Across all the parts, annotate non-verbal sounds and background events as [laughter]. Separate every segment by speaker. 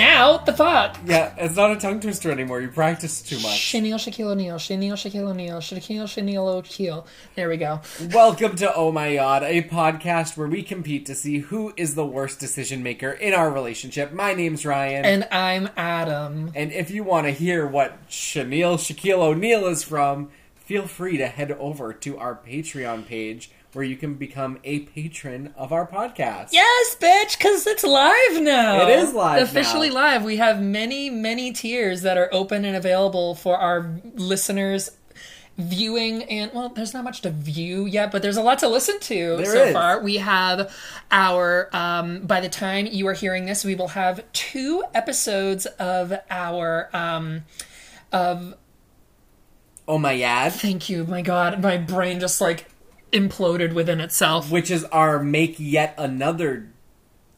Speaker 1: out the fuck.
Speaker 2: Yeah, it's not a tongue twister anymore. You practice too much.
Speaker 1: Chanel Shaquille O'Neal, Chanel Shaquille O'Neal, Shaquille Chanel O'Neal. There we go.
Speaker 2: Welcome to Oh My God, a podcast where we compete to see who is the worst decision maker in our relationship. My name's Ryan.
Speaker 1: And I'm Adam.
Speaker 2: And if you want to hear what Chanel Shaquille O'Neal is from, feel free to head over to our Patreon page where you can become a patron of our podcast.
Speaker 1: Yes, bitch, because it's live now.
Speaker 2: It is live
Speaker 1: Officially
Speaker 2: now.
Speaker 1: live. We have many, many tiers that are open and available for our listeners viewing and well there's not much to view yet but there's a lot to listen to
Speaker 2: There
Speaker 1: so
Speaker 2: is.
Speaker 1: far we have our um by the time you are hearing this we will have two episodes of our um of
Speaker 2: Oh My God,
Speaker 1: thank you my god my brain just like imploded within itself
Speaker 2: which is our Make Yet Another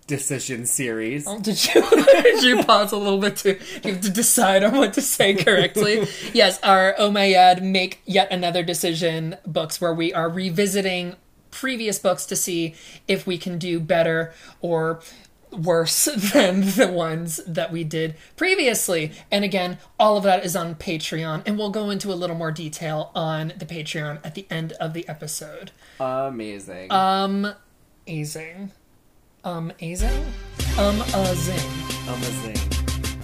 Speaker 2: Decision series.
Speaker 1: Did you [laughs] did you pause a little bit to you have to decide on what to say correctly? yes, our Oh My God, make yet another decision books where we are revisiting previous books to see if we can do better or worse [laughs] than the ones that we did previously. And again, all of that is on Patreon and we'll go into a little more detail on the Patreon at the end of the episode. Um,
Speaker 2: Amazing.
Speaker 1: Uh, Amazing. Amazing? Um a zing.
Speaker 2: Amazing.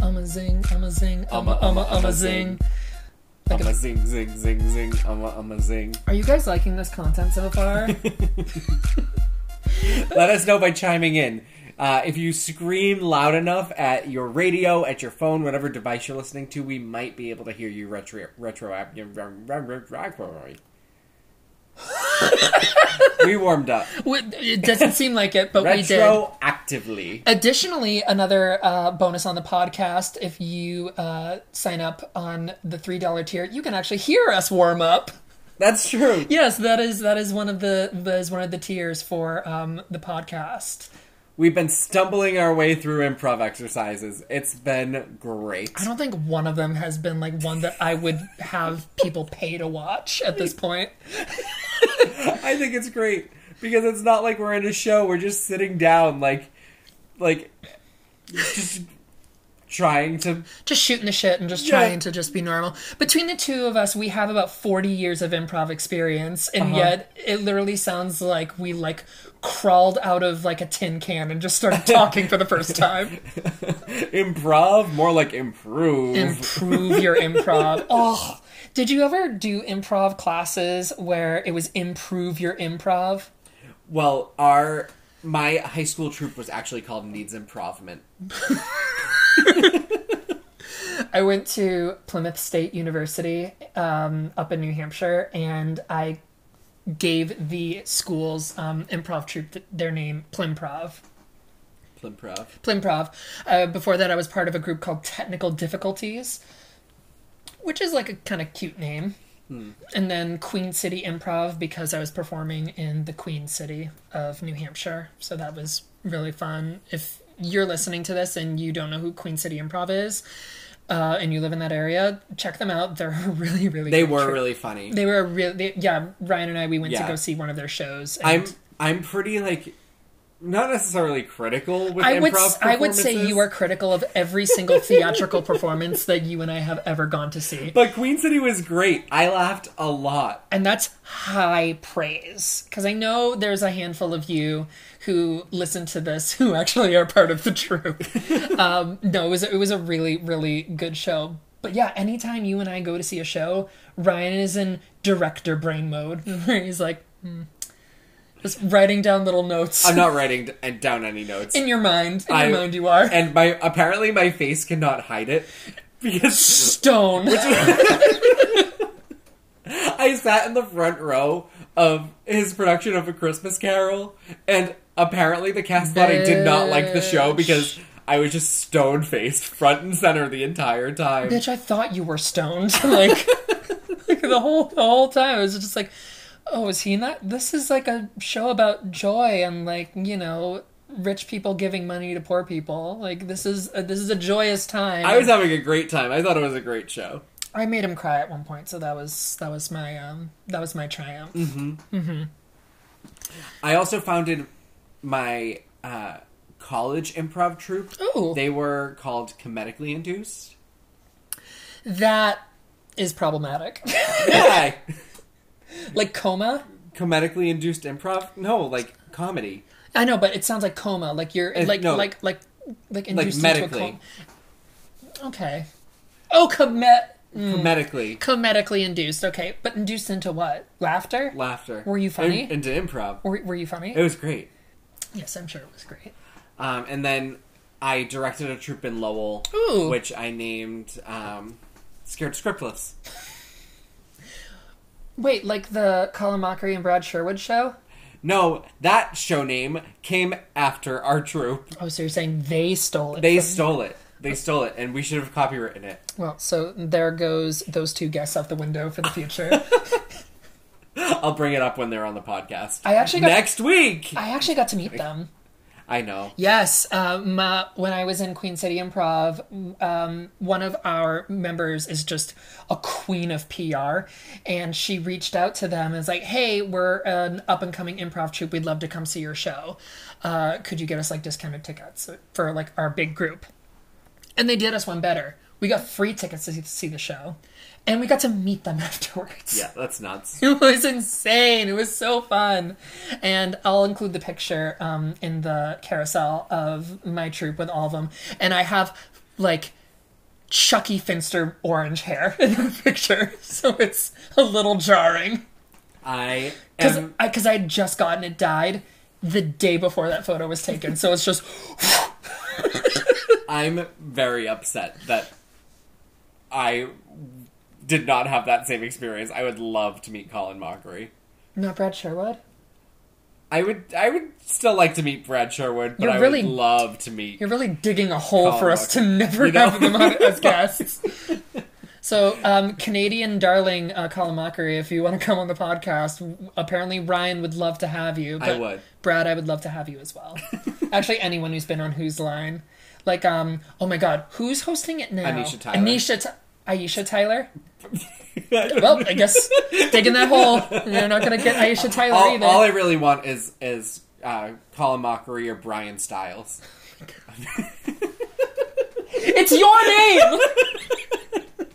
Speaker 1: Um a zing, um a zing, um a, um a, um a zing.
Speaker 2: I'm a zing, zing, zing, zing. I'm a, I'm a zing.
Speaker 1: Are you guys liking this content so [laughs] far?
Speaker 2: Let us know by chiming in. Uh, if you scream loud enough at your radio, at your phone, whatever device you're listening to, we might be able to hear you retro retro. uh, we warmed up
Speaker 1: We- it doesn't seem like it, but [laughs] we did.
Speaker 2: retroactively.
Speaker 1: Additionally, another uh, bonus on the podcast if you uh, sign up on the $3 tier, you can actually hear us warm up.
Speaker 2: That's true.
Speaker 1: Yes, that is that is one of the that is one of the tiers for um, the podcast.
Speaker 2: We've been stumbling our way through improv exercises. It's been great.
Speaker 1: I don't think one of them has been like one that I would have people pay to watch at [laughs] this point.
Speaker 2: I think it's great because it's not like we're in a show. We're just sitting down, like, like, just trying to.
Speaker 1: just shooting the shit and just
Speaker 2: Yeah.
Speaker 1: trying to just be normal. Between the two of us, we have about 40 years of improv experience, and yet it literally sounds like we like crawled out of like a tin can and just started talking for the first time.
Speaker 2: Improv, more like improve.
Speaker 1: Improve your improv. Oh, did you ever do improv classes where it was improve your improv?
Speaker 2: well, our my high school troupe was actually called Needs Improvement.
Speaker 1: I went to Plymouth State University um, up in New Hampshire, and I gave the school's um, improv troupe th- their name, Plimprov.
Speaker 2: Plimprov.
Speaker 1: Plimprov. Uh, before that, I was part of a group called Technical Difficulties, which is like a kind of cute name.
Speaker 2: Hmm.
Speaker 1: And then Queen City Improv because I was performing in the Queen City of New Hampshire. So that was really fun. If you're listening to this and you don't know who Queen City Improv is, uh, and you live in that area, check them out. [laughs] They're a really, really
Speaker 2: They
Speaker 1: good
Speaker 2: were
Speaker 1: troupe.
Speaker 2: really funny.
Speaker 1: they were a really yeah. Ryan and I we went
Speaker 2: Yeah.
Speaker 1: to go see one of their shows. And
Speaker 2: I'm I'm pretty like not necessarily critical with
Speaker 1: I
Speaker 2: improv.
Speaker 1: would s- I would say
Speaker 2: performances,
Speaker 1: you are critical of every single theatrical performance that you and I have ever gone to see.
Speaker 2: But Queen City was great. I laughed a lot.
Speaker 1: and that's high praise because I know there's a handful of you who listen to this who actually are part of
Speaker 2: [laughs]
Speaker 1: the troupe. um, no, it was it was a really really good show. But yeah, anytime you and I go to see a show, Ryan is in director brain mode [laughs] where he's like hmm, just writing down little notes
Speaker 2: I'm not writing d- down any notes.
Speaker 1: [laughs] in your mind. In
Speaker 2: I-
Speaker 1: your mind, you are
Speaker 2: and my apparently my face cannot hide it because [laughs]
Speaker 1: stone.
Speaker 2: I sat in the front row of his production of A Christmas Carol, and apparently the cast thought I did not like the show because I was just stone faced front and center the entire time.
Speaker 1: bitch, I thought you were stoned. [laughs] like, like the whole the whole time, it was just like, oh, is he not? This is like a show about joy and like you know, rich people giving money to poor people. Like this is a, this is a joyous time.
Speaker 2: I was having a great time. I thought it was a great show.
Speaker 1: I made him cry at one point, so that was that was my um that was my triumph.
Speaker 2: I also founded my uh, college improv troupe.
Speaker 1: Ooh.
Speaker 2: They were called comedically induced. [laughs]
Speaker 1: That is problematic. [laughs]
Speaker 2: Yeah.
Speaker 1: like coma?
Speaker 2: comedically induced improv? No, like comedy.
Speaker 1: I know, but it sounds like coma. Like you're
Speaker 2: It's-
Speaker 1: like
Speaker 2: no.
Speaker 1: like like like induced into a
Speaker 2: medically.
Speaker 1: coma. Okay. Oh, comet
Speaker 2: Comedically.
Speaker 1: comedically induced. Okay, but induced into what? Laughter?
Speaker 2: Laughter.
Speaker 1: Were you funny?
Speaker 2: In- into improv.
Speaker 1: were, were you funny?
Speaker 2: It was great.
Speaker 1: yes, I'm sure it was great.
Speaker 2: Um, and then I directed a troupe in Lowell,
Speaker 1: Ooh.
Speaker 2: which I named um, Scared Scriptless.
Speaker 1: Wait, like the Colin Mockery and Brad Sherwood show?
Speaker 2: No, that show name came after our troupe.
Speaker 1: Oh, so you're saying they stole it?
Speaker 2: They
Speaker 1: from-
Speaker 2: stole it. They stole it, and we should have copywritten it.
Speaker 1: Well, so there goes those two guests out the window for
Speaker 2: [laughs]
Speaker 1: the future.
Speaker 2: I'll bring it up when they're on the podcast.
Speaker 1: I actually got-
Speaker 2: next week.
Speaker 1: I actually got to meet them.
Speaker 2: I know.
Speaker 1: Yes, um, uh, when I was in Queen City Improv, um, one of our members is just a queen of PR, and she reached out to them and was like, "Hey, we're an up and coming improv troupe. We'd love to come see your show. Uh, could you get us like discounted tickets for like our big group?" And they did us one better. We got free tickets to see- see the show, and we got to meet them [laughs] afterwards.
Speaker 2: Yeah, that's nuts.
Speaker 1: [laughs] It was insane. It was so fun. And I'll include the picture um, in the carousel of my troop with all of them. And I have like Chucky Finster orange hair [laughs] in the picture. So it's a little jarring.
Speaker 2: I
Speaker 1: Because
Speaker 2: am.
Speaker 1: I, [laughs] 'cause I had just gotten it dyed the day before that photo was taken. So it's just, [gasps]
Speaker 2: I'm very upset that I did not have that same experience. I would love to meet Colin Mockery.
Speaker 1: not Brad Sherwood?
Speaker 2: I would. I would still like to meet Brad Sherwood, but
Speaker 1: You're
Speaker 2: I
Speaker 1: really-
Speaker 2: would love to meet. [laughs]
Speaker 1: You're really digging a hole
Speaker 2: Oh,
Speaker 1: for us to
Speaker 2: okay.
Speaker 1: never
Speaker 2: You know?
Speaker 1: have them
Speaker 2: [laughs]
Speaker 1: on as guests. so, um, Canadian darling uh, Colin Mockery, if you want to come on the podcast, w- apparently Ryan would love to have you.
Speaker 2: I would.
Speaker 1: Brad, I would love to have you as well. Actually, anyone who's been on Who's Line, like, um, oh my God, who's hosting it now?
Speaker 2: Anisha Tyler.
Speaker 1: Anisha, Ty- Aisha Tyler. Well, I guess digging
Speaker 2: [laughs]
Speaker 1: that hole. You're not gonna get Aisha Tyler
Speaker 2: all,
Speaker 1: either.
Speaker 2: all I really want is is uh, Colin Mockery or Brian Stiles.
Speaker 1: It's your name.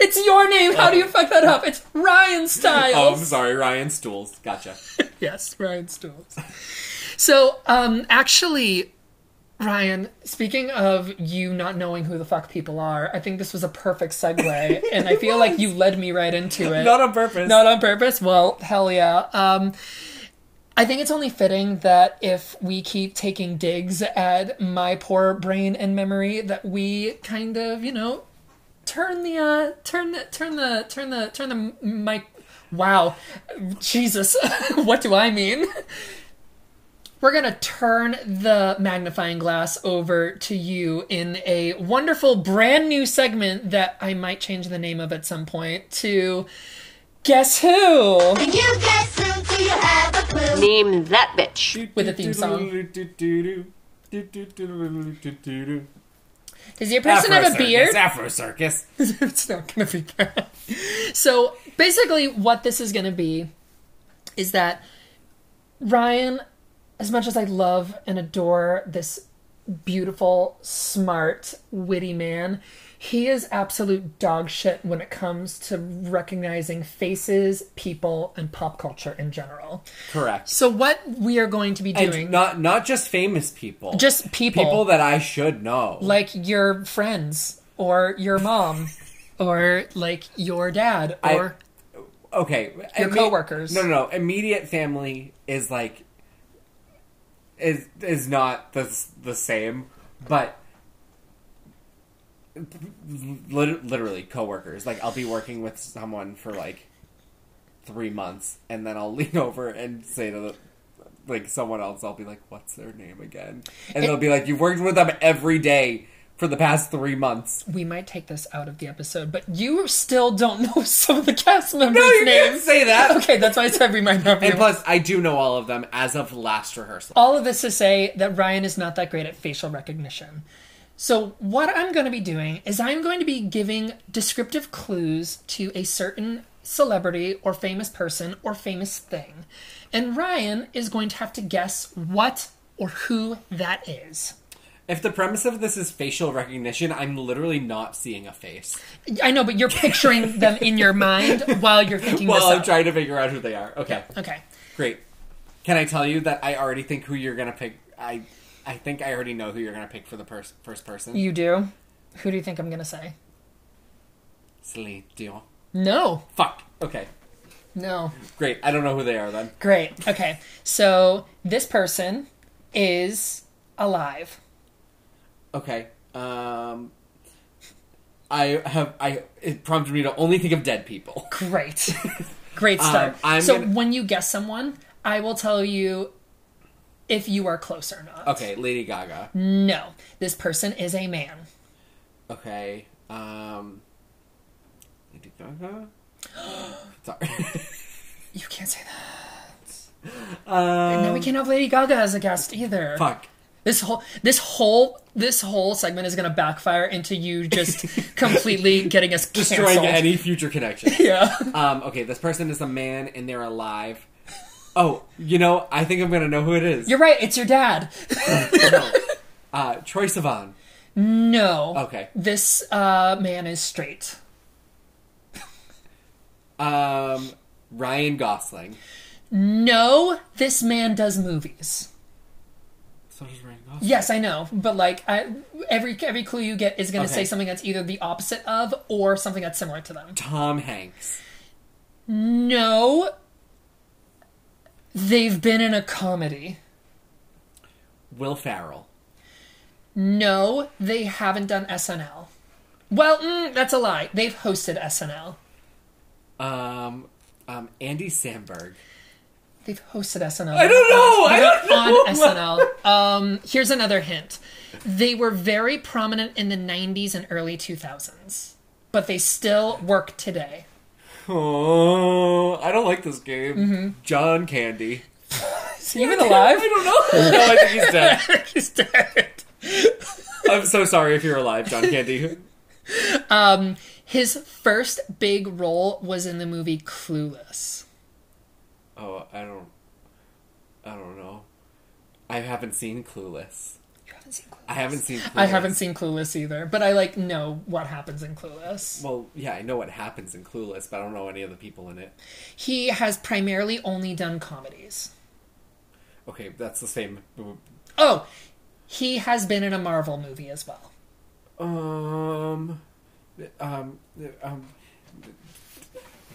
Speaker 1: it's your name. How do you fuck that up? It's Ryan
Speaker 2: Oh, I'm
Speaker 1: Styles.
Speaker 2: sorry, Ryan Stools. Gotcha.
Speaker 1: Um, yes, Ryan Styles. So, um, actually, Ryan, speaking of you not knowing who the fuck people are, I think this was a perfect segue, and [laughs] I feel like you led me right into it.
Speaker 2: Not on purpose.
Speaker 1: Not on purpose? Well, hell yeah. Um, I think it's only fitting that if we keep taking digs at my poor brain and memory, that we kind of, you know, turn the uh, turn the turn the turn the turn the mic. Wow, Jesus, [laughs] what do I mean? We're gonna turn the magnifying glass over to you in a wonderful brand new segment that I might change the name of at some point to Guess Who?
Speaker 3: You guess who do you have a clue?
Speaker 4: Name that bitch.
Speaker 1: With a theme song. Does your person
Speaker 2: Afro
Speaker 1: have a
Speaker 2: circus,
Speaker 1: beard?
Speaker 2: Afro circus.
Speaker 1: [laughs] it's not gonna be that. So basically, what this is gonna be is that Ryan, as much as I love and adore this beautiful, smart, witty man, he is absolute dog shit when it comes to recognizing faces, people, and pop culture in general.
Speaker 2: Correct.
Speaker 1: So what we are going to be doing,
Speaker 2: And not not just famous people.
Speaker 1: just
Speaker 2: people that I should know.
Speaker 1: like your friends or
Speaker 2: [laughs]
Speaker 1: your mom or like your dad or
Speaker 2: okay, your
Speaker 1: coworkers.
Speaker 2: No, no, no. Immediate family is like is is not the s- the same, but lit- literally coworkers. Like I'll be working with someone for like three months, and then I'll [laughs] lean over and say to the. Like someone else, I'll be like, "What's their name again?" And they'll be like, "You've worked with them every day for the past three months."
Speaker 1: we might take this out of the episode but you still don't know [laughs] some of the cast members
Speaker 2: No, you can't
Speaker 1: names
Speaker 2: say that.
Speaker 1: okay that's why i said we might not be
Speaker 2: And plus, I do know all of them as of last rehearsal.
Speaker 1: all of this to say that ryan is not that great at facial recognition so what i'm going to be doing is i'm going to be giving descriptive clues to a certain celebrity or famous person or famous thing and ryan is going to have to guess what or who that is.
Speaker 2: If the premise of this is facial recognition, I'm literally not seeing a face
Speaker 1: I know, but you're picturing them in your mind while you're thinking
Speaker 2: while
Speaker 1: this
Speaker 2: I'm
Speaker 1: up.
Speaker 2: trying to figure out who they are. Okay,
Speaker 1: okay.
Speaker 2: great. Can I tell you that I already think who you're gonna pick? I I think I already know who you're gonna pick for the pers- first person.
Speaker 1: You do? Who do you think I'm going to say?
Speaker 2: Celine Dion.
Speaker 1: No.
Speaker 2: Fuck. Okay,
Speaker 1: No.
Speaker 2: great. I don't know who they are then.
Speaker 1: Great. Okay. So this person is alive.
Speaker 2: Okay. Um, I have I it prompted me to only think of dead people. [laughs]
Speaker 1: Great. Great start.
Speaker 2: Um, I'm
Speaker 1: so
Speaker 2: gonna-
Speaker 1: when you guess someone, I will tell you if you are close or not.
Speaker 2: Okay, Lady Gaga.
Speaker 1: No. This person is a man.
Speaker 2: Okay. Um, Lady Gaga. [gasps] Sorry. [laughs]
Speaker 1: You can't say that.
Speaker 2: Uh,
Speaker 1: No, we can't have Lady Gaga as a guest either.
Speaker 2: fuck.
Speaker 1: This whole this whole this whole segment is gonna backfire into you just
Speaker 2: [laughs]
Speaker 1: completely getting us canceled.
Speaker 2: Destroying any future connection. [laughs]
Speaker 1: Yeah.
Speaker 2: Um, okay, this person is a man and they're alive. Oh, you know, I think I'm gonna know who it is.
Speaker 1: You're right, it's your dad.
Speaker 2: No. uh, Troy Sivan.
Speaker 1: No.
Speaker 2: Okay.
Speaker 1: This uh, man is straight.
Speaker 2: Um, Ryan Gosling.
Speaker 1: No, this man does movies.
Speaker 2: So does Ryan Gosling.
Speaker 1: Yes, I know, but like I, every every clue you get is going to say
Speaker 2: Okay.
Speaker 1: something that's either the opposite of or something that's similar to them.
Speaker 2: Tom Hanks.
Speaker 1: No, they've been in a comedy.
Speaker 2: Will Farrell.
Speaker 1: No, they haven't done SNL. Well, mm, that's a lie. They've hosted SNL.
Speaker 2: Um, um, Andy Samberg.
Speaker 1: They've hosted SNL.
Speaker 2: I don't know. I don't know.
Speaker 1: on SNL. Um, here's another hint. They were very prominent in the 90s and early 2000s, but they still work today.
Speaker 2: [laughs] Oh, I don't like this game. John Candy.
Speaker 1: Is he even [laughs] alive?
Speaker 2: I don't know. [laughs] no, I think he's dead.
Speaker 1: He's dead.
Speaker 2: I'm so sorry if you're alive,
Speaker 1: [laughs]
Speaker 2: John Candy.
Speaker 1: His first big role was in the movie Clueless.
Speaker 2: Oh, I don't. I don't know. I haven't seen Clueless.
Speaker 1: You haven't seen Clueless?
Speaker 2: I haven't seen. Clueless.
Speaker 1: I haven't seen Clueless either, but I like know what happens in Clueless.
Speaker 2: Well, yeah, I know what happens in Clueless, but I don't know any of the people in it.
Speaker 1: He has primarily only done comedies.
Speaker 2: Okay, that's the same.
Speaker 1: Oh, he has been in a Marvel movie
Speaker 2: [laughs]
Speaker 1: as well.
Speaker 2: Um, um, um,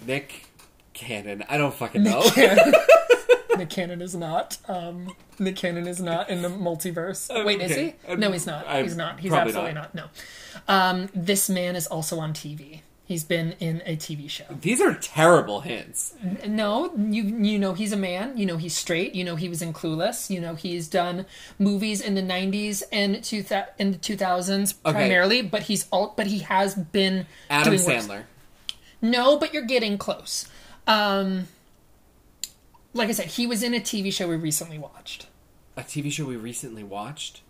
Speaker 2: Nick Cannon. I don't fucking know.
Speaker 1: Nick Cannon is not. Um, Nick Cannon is not in the multiverse. Wait, is
Speaker 2: okay.
Speaker 1: he?
Speaker 2: Um,
Speaker 1: No, he's not.
Speaker 2: I'm
Speaker 1: he's not. He's
Speaker 2: probably
Speaker 1: absolutely not. No. Um, this man is also on TV. He's been in a TV show.
Speaker 2: These are terrible hints.
Speaker 1: No, you you know he's a man. You know he's straight. You know he was in Clueless. You know he's done movies in the '90s and two thou- in the 2000s
Speaker 2: Okay.
Speaker 1: primarily. But he's all but he has been
Speaker 2: Adam
Speaker 1: doing worse.
Speaker 2: Sandler.
Speaker 1: No, but you're getting close. Um, like I said, he was in a TV show we recently watched.
Speaker 2: A TV show we recently watched.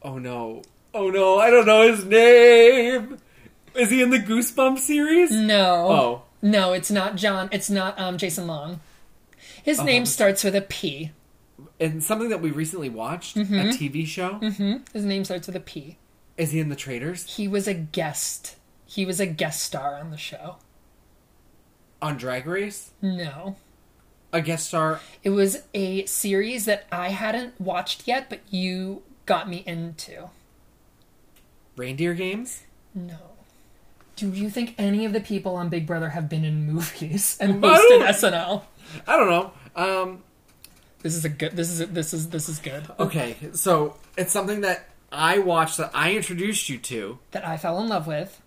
Speaker 2: Oh no. Oh no, I don't know his name. Is he in the Goosebumps series?
Speaker 1: Mm. No.
Speaker 2: Oh.
Speaker 1: No, it's not John. It's not um, Jason Long.
Speaker 2: Uh-huh.
Speaker 1: His name starts with a P.
Speaker 2: And something that we recently watched, a
Speaker 1: Mm-hmm.
Speaker 2: TV show.
Speaker 1: His name starts with a P.
Speaker 2: Is he in The Traitors?
Speaker 1: He was a guest. He was a guest star on the show.
Speaker 2: On Drag Race?
Speaker 1: No.
Speaker 2: A guest star?
Speaker 1: It was a series that I hadn't watched yet, but you got me into.
Speaker 2: Reindeer Games?
Speaker 1: No. Do you think any of the people on Big Brother have been in movies and [laughs]
Speaker 2: I
Speaker 1: hosted
Speaker 2: don't-
Speaker 1: SNL?
Speaker 2: I don't know. Um,
Speaker 1: This is a good. This is a, this is this is good.
Speaker 2: okay, so it's something that I watched that I introduced you to.
Speaker 1: That I fell in love with.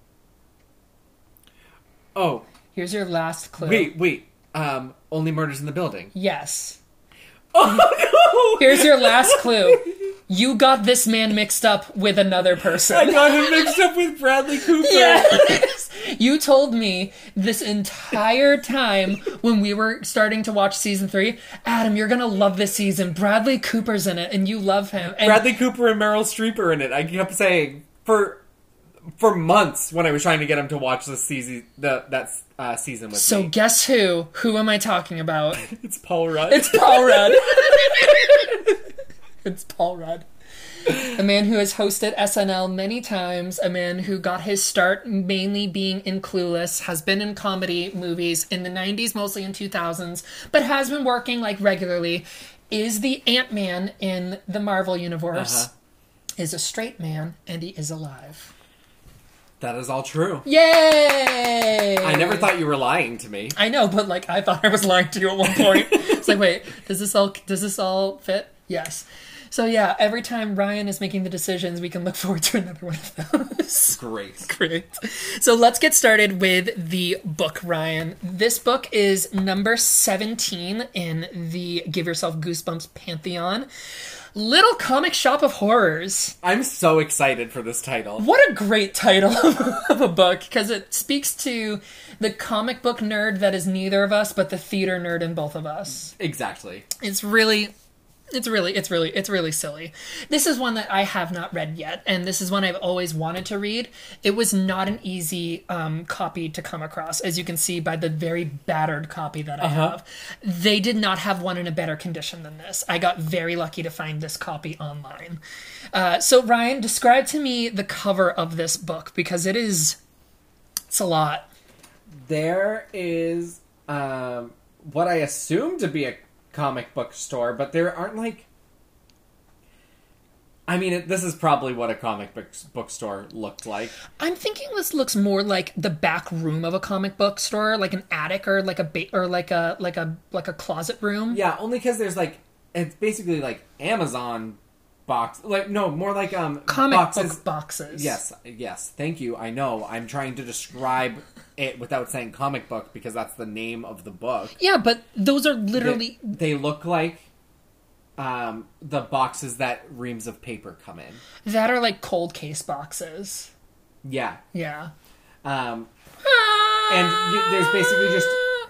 Speaker 2: Oh,
Speaker 1: Here's your last clue.
Speaker 2: wait, wait. Um, Only Murders in the
Speaker 1: [laughs]
Speaker 2: Building.
Speaker 1: Yes.
Speaker 2: Oh no!
Speaker 1: Here's your last clue. You got this man mixed up with another
Speaker 2: I [laughs]
Speaker 1: person. [laughs]
Speaker 2: got him mixed up with Bradley Cooper.
Speaker 1: Yes. You told me this entire time when we were starting to watch season three, Adam, you're gonna love this season. Bradley Cooper's in it, and you love him. And
Speaker 2: Bradley Cooper and Meryl Streep are in it. I kept saying for for months when I was trying to get him to watch the season the that uh, season with
Speaker 1: so,
Speaker 2: me.
Speaker 1: guess who? Who am I talking about?
Speaker 2: Uh-huh. It's Paul Rudd.
Speaker 1: It's Paul Rudd. [laughs] It's Paul Rudd. A man who has hosted SNL many times, a man who got his start mainly being in Clueless, has been in comedy movies in the 90s, mostly in 2000s, but has been working like regularly, is the Ant Man in the Marvel Universe,
Speaker 2: Uh-huh.
Speaker 1: is a straight man, and he is alive.
Speaker 2: That is all true.
Speaker 1: Yay!
Speaker 2: I never thought you were lying to me.
Speaker 1: I know, but like I thought I was lying to you at one point. it's like, wait, does this all does this all fit? Yes. So yeah, every time Ryan is making the decisions, we can look forward to another one of those. [laughs]
Speaker 2: Great.
Speaker 1: Great. So let's get started with the book, Ryan. This book is number 17 in the Give Yourself Goosebumps Pantheon. Little Comic Shop of Horrors.
Speaker 2: I'm so excited for this title.
Speaker 1: What a great title [laughs] of a book because it speaks to the comic book nerd that is neither of us, but the theater nerd in both of us.
Speaker 2: Exactly.
Speaker 1: It's really. It's really, it's really, it's really silly. This is one that I have not read yet, and this is one I've always wanted to read. It was not an easy um, copy to come across, as you can see by the very battered copy that I have. They did not have one in a better condition than this. I got very lucky to find this copy online. Uh, so, Ryan, describe to me the cover of this book because it is, it's a lot.
Speaker 2: There is um, what I assume to be a comic book store, but there aren't like. I mean, it, this is probably what a comic book bookstore looked like.
Speaker 1: I'm thinking this looks more like the back room of a comic book store, like an attic or like a ba- or like a like a like a closet room.
Speaker 2: Yeah, only because there's like it's basically like Amazon box, like no, more like um
Speaker 1: Comic
Speaker 2: boxes.
Speaker 1: book boxes.
Speaker 2: Yes, yes. Thank you. I know. I'm trying to describe it without saying comic book because that's the name of the book.
Speaker 1: Yeah, but those are
Speaker 2: They,
Speaker 1: literally
Speaker 2: they look like um, the boxes that reams of paper come in.
Speaker 1: that are like cold case boxes.
Speaker 2: Yeah.
Speaker 1: Yeah.
Speaker 2: Um, and y- there's basically just
Speaker 1: Ah.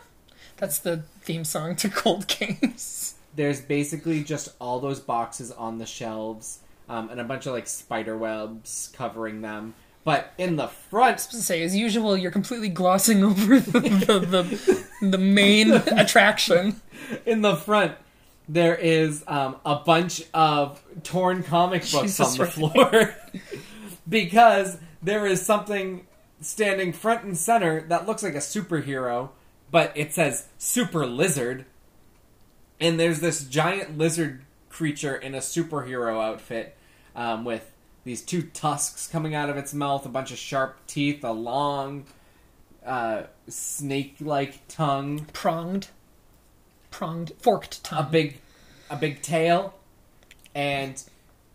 Speaker 1: That's the theme song to Cold Case. [laughs]
Speaker 2: there's basically just all those boxes on the shelves um, and a bunch of like spider webs covering them. But in the front
Speaker 1: Say as usual, you're completely glossing over [laughs] the the, the, the
Speaker 2: [laughs]
Speaker 1: main attraction.
Speaker 2: in the front there is um, a bunch of torn comic books
Speaker 1: Jesus
Speaker 2: on the
Speaker 1: Christ.
Speaker 2: floor [laughs] because there is something standing front and center that looks like a superhero but it says super lizard and there's this giant lizard creature in a superhero outfit um, with these two tusks coming out of its mouth a bunch of sharp teeth a long uh, snake-like tongue
Speaker 1: Pronged, pronged, forked
Speaker 2: a
Speaker 1: tongue.
Speaker 2: big a big tail and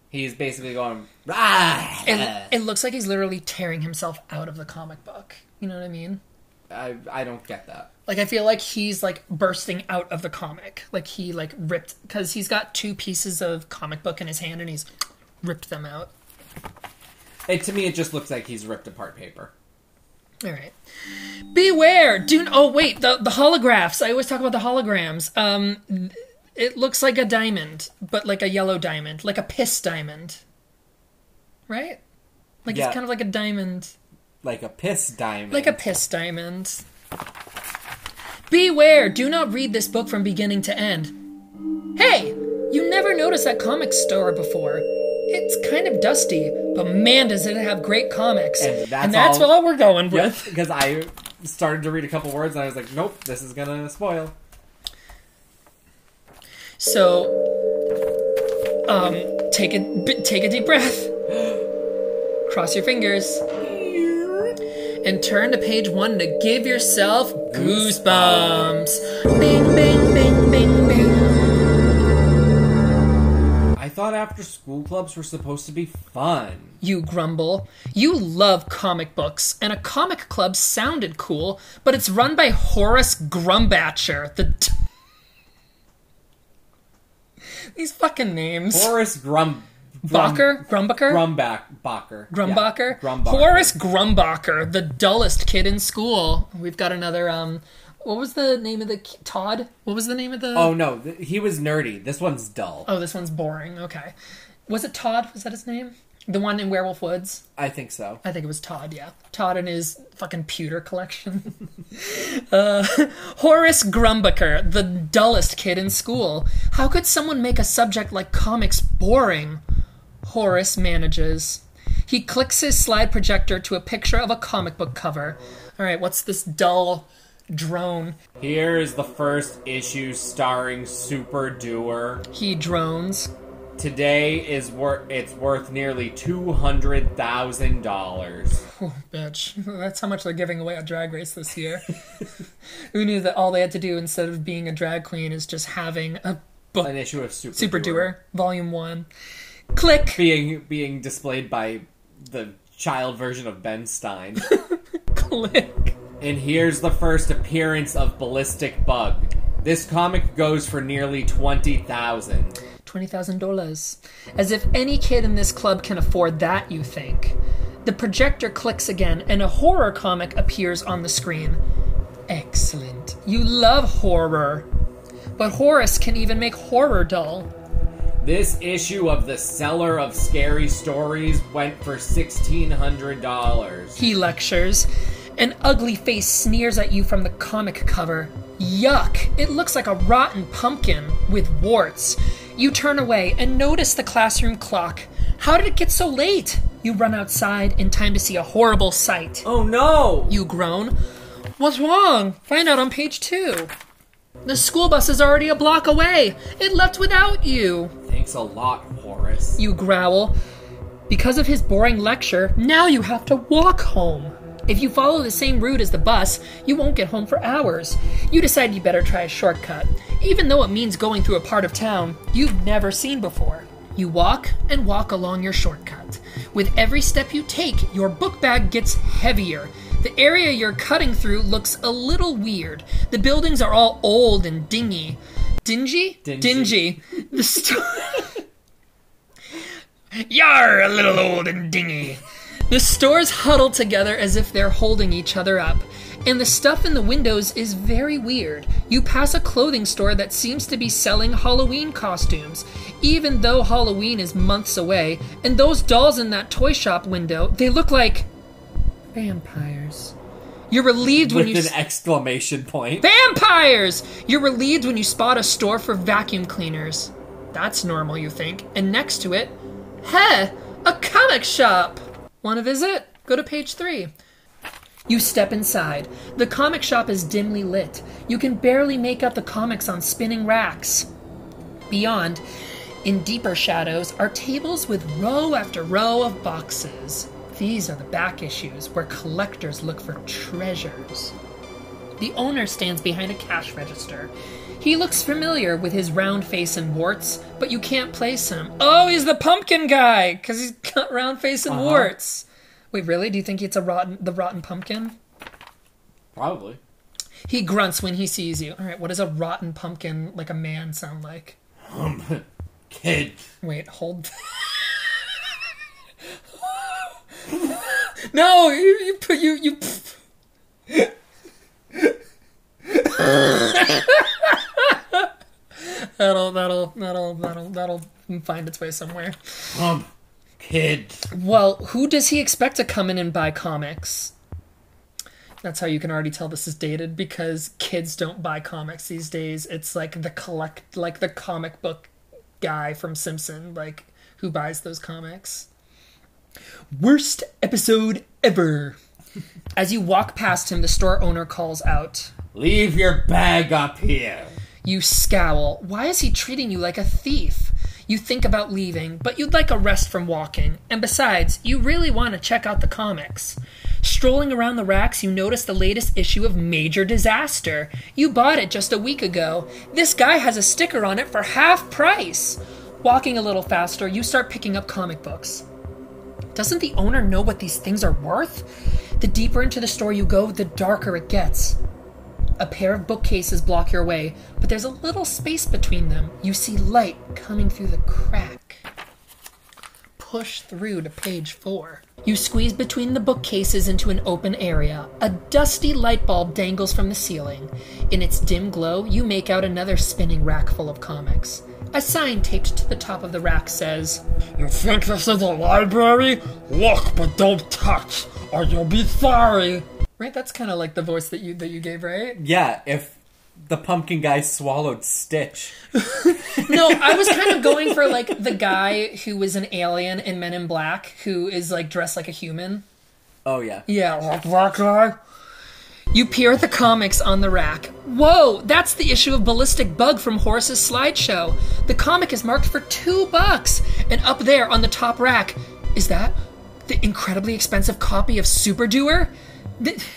Speaker 2: he's basically going "Ah!" "Rah!"
Speaker 1: it, it looks like he's literally tearing himself out of the comic book. You know what I mean?
Speaker 2: I, I don't get that
Speaker 1: Like I feel like he's like bursting out of the comic. Like he like ripped because he's got two pieces of comic book in his hand and he's ripped them out.
Speaker 2: it to me it just looks like he's ripped apart paper
Speaker 1: All right. Beware! Do oh wait the the holographs. I always talk about the holograms. Um, th- it looks like a diamond, but like a yellow diamond, like a piss diamond, right? Like
Speaker 2: Yeah.
Speaker 1: it's kind of like a diamond.
Speaker 2: like a piss diamond
Speaker 1: Like a piss diamond. Beware, do not read this book from beginning to end. Hey, you never noticed that comic store before. It's kind of dusty, but man, does it have great comics.
Speaker 2: And that's all-
Speaker 1: all, we're going with.
Speaker 2: because i started to read a couple words and i was like nope this is gonna spoil
Speaker 1: So, um, take a b- take a deep breath. [gasps] Cross your fingers. And turn to page one to give yourself goosebumps. Bing, bing, bing, bing, bing.
Speaker 2: i thought after school clubs were supposed to be fun
Speaker 1: You grumble. You love comic books, and a comic club sounded cool, but it's run by Horace Grumbacher. The t- these fucking names.
Speaker 2: horace grum
Speaker 1: Bacher, Grumbacher,
Speaker 2: grumback bacher
Speaker 1: Grumbacher?
Speaker 2: yeah, grumbacher
Speaker 1: Horace Grumbacher, the dullest kid in school. We've got another um what was the name of the ki- Todd? What was the name of the
Speaker 2: oh no th- he was nerdy this one's dull
Speaker 1: Oh, this one's boring. Okay. Was it Todd? Was that his name? The one in Werewolf Woods.
Speaker 2: I think so.
Speaker 1: I think it was Todd, yeah. Todd and his fucking pewter collection. [laughs] uh, Horace Grumbaker, the dullest kid in school. How could someone make a subject like comics boring? Horace manages. He clicks his slide projector to a picture of a comic book cover. All right, what's this dull drone?
Speaker 2: Here is the first issue starring Super Doer.
Speaker 1: He drones.
Speaker 2: Today is worth it's worth nearly two hundred thousand dollars.
Speaker 1: Oh, bitch. [laughs] That's how much they're giving away at Drag Race this year. [laughs] Who knew that all they had to do instead of being a drag queen is just having a book?
Speaker 2: An issue of Super,
Speaker 1: Super Doer, Volume 1. Click! [laughs]
Speaker 2: being being displayed by the child version of Ben [laughs] Stein.
Speaker 1: Click!
Speaker 2: and here's the first appearance of Ballistic Bug. This comic goes for nearly twenty thousand.
Speaker 1: $20,000. As if any kid in this club can afford that, you think. The projector clicks again, and a horror comic appears on the screen. Excellent. You love horror. But Horace can even make horror dull.
Speaker 2: This issue of the Seller of Scary Stories went for sixteen hundred dollars.
Speaker 1: He lectures. An ugly face sneers at you from the comic cover. Yuck! It looks like a rotten pumpkin with warts. You turn away and notice the classroom clock. How did it get so late? You run outside in time to see a horrible sight.
Speaker 2: Oh no!
Speaker 1: You groan. What's wrong? Find out on page two. The school bus is already a block away. It left without you.
Speaker 2: Thanks a lot, Horace.
Speaker 1: You growl. Because of his boring lecture, now you have to walk home. If you follow the same route as the bus, you won't get home for hours. You decide you better try a shortcut, even though it means going through a part of town you've never seen before. You walk and walk along your shortcut. With every step you take, your book bag gets heavier. The area you're cutting through looks a little weird. The buildings are all old and dingy. Dingy?
Speaker 2: Dingy.
Speaker 1: Dingy. The store. Yar, a little old and dingy. The stores huddle together as if they're holding each other up. And the stuff in the windows is very weird. You pass a clothing store that seems to be selling Halloween costumes, even though Halloween is months away. And those dolls in that toy shop window, they look like vampires. You're relieved when
Speaker 2: With
Speaker 1: you
Speaker 2: an exclamation point.
Speaker 1: Vampires! You're relieved when you spot a store for vacuum cleaners. That's normal, you think. And next to it, heh, a comic shop! Want to visit? Go to page three. You step inside. The comic shop is dimly lit. You can barely make out the comics on spinning racks. Beyond, in deeper shadows, are tables with row after row of boxes. These are the back issues where collectors look for treasures. The owner stands behind a cash register. He looks familiar with his round face and warts, but you can't place him. Oh, he's the pumpkin guy because he's got round face and warts. Wait, really? Do you think it's a rotten the rotten pumpkin?
Speaker 2: Probably.
Speaker 1: He grunts when he sees you. All right, what does a rotten pumpkin like a man sound like?
Speaker 2: Kid.
Speaker 1: Wait, hold. [laughs] no, you, you put you you. [laughs] that'll that'll that'll that'll that'll find its way somewhere.
Speaker 2: Um, kid.
Speaker 1: Well, who does he expect to come in and buy comics? That's how you can already tell this is dated because kids don't buy comics these days. It's like the collect like the comic book guy from Simpson, like who buys those comics. Worst episode ever. As you walk past him, the store owner calls out.
Speaker 2: Leave your bag up here.
Speaker 1: You scowl. Why is he treating you like a thief? You think about leaving, but you'd like a rest from walking, and besides, you really want to check out the comics. Strolling around the racks, you notice the latest issue of Major Disaster. You bought it just a week ago. This guy has a sticker on it for half price. Walking a little faster, you start picking up comic books. Doesn't the owner know what these things are worth? The deeper into the store you go, the darker it gets. A pair of bookcases block your way, but there's a little space between them. You see light coming through the crack. push through to page four. You squeeze between the bookcases into an open area. A dusty light bulb dangles from the ceiling. In its dim glow, you make out another spinning rack full of comics. A sign taped to the top of the rack says,
Speaker 4: You think this is a library? Look, but don't touch, or you'll be sorry.
Speaker 1: Right, that's kind of like the voice that you that you gave, right?
Speaker 2: Yeah, if the pumpkin guy swallowed Stitch.
Speaker 1: No, I was kind of going for like the guy who was an alien in Men in Black who is like dressed like a human.
Speaker 2: Oh yeah.
Speaker 1: Yeah,
Speaker 4: Like that guy?
Speaker 1: You peer at the comics on the rack. Whoa, that's the issue of Ballistic Bug from Horace's slideshow. The comic is marked for two bucks, and up there on the top rack, is that the incredibly expensive copy of Super Doer? Th- [sighs]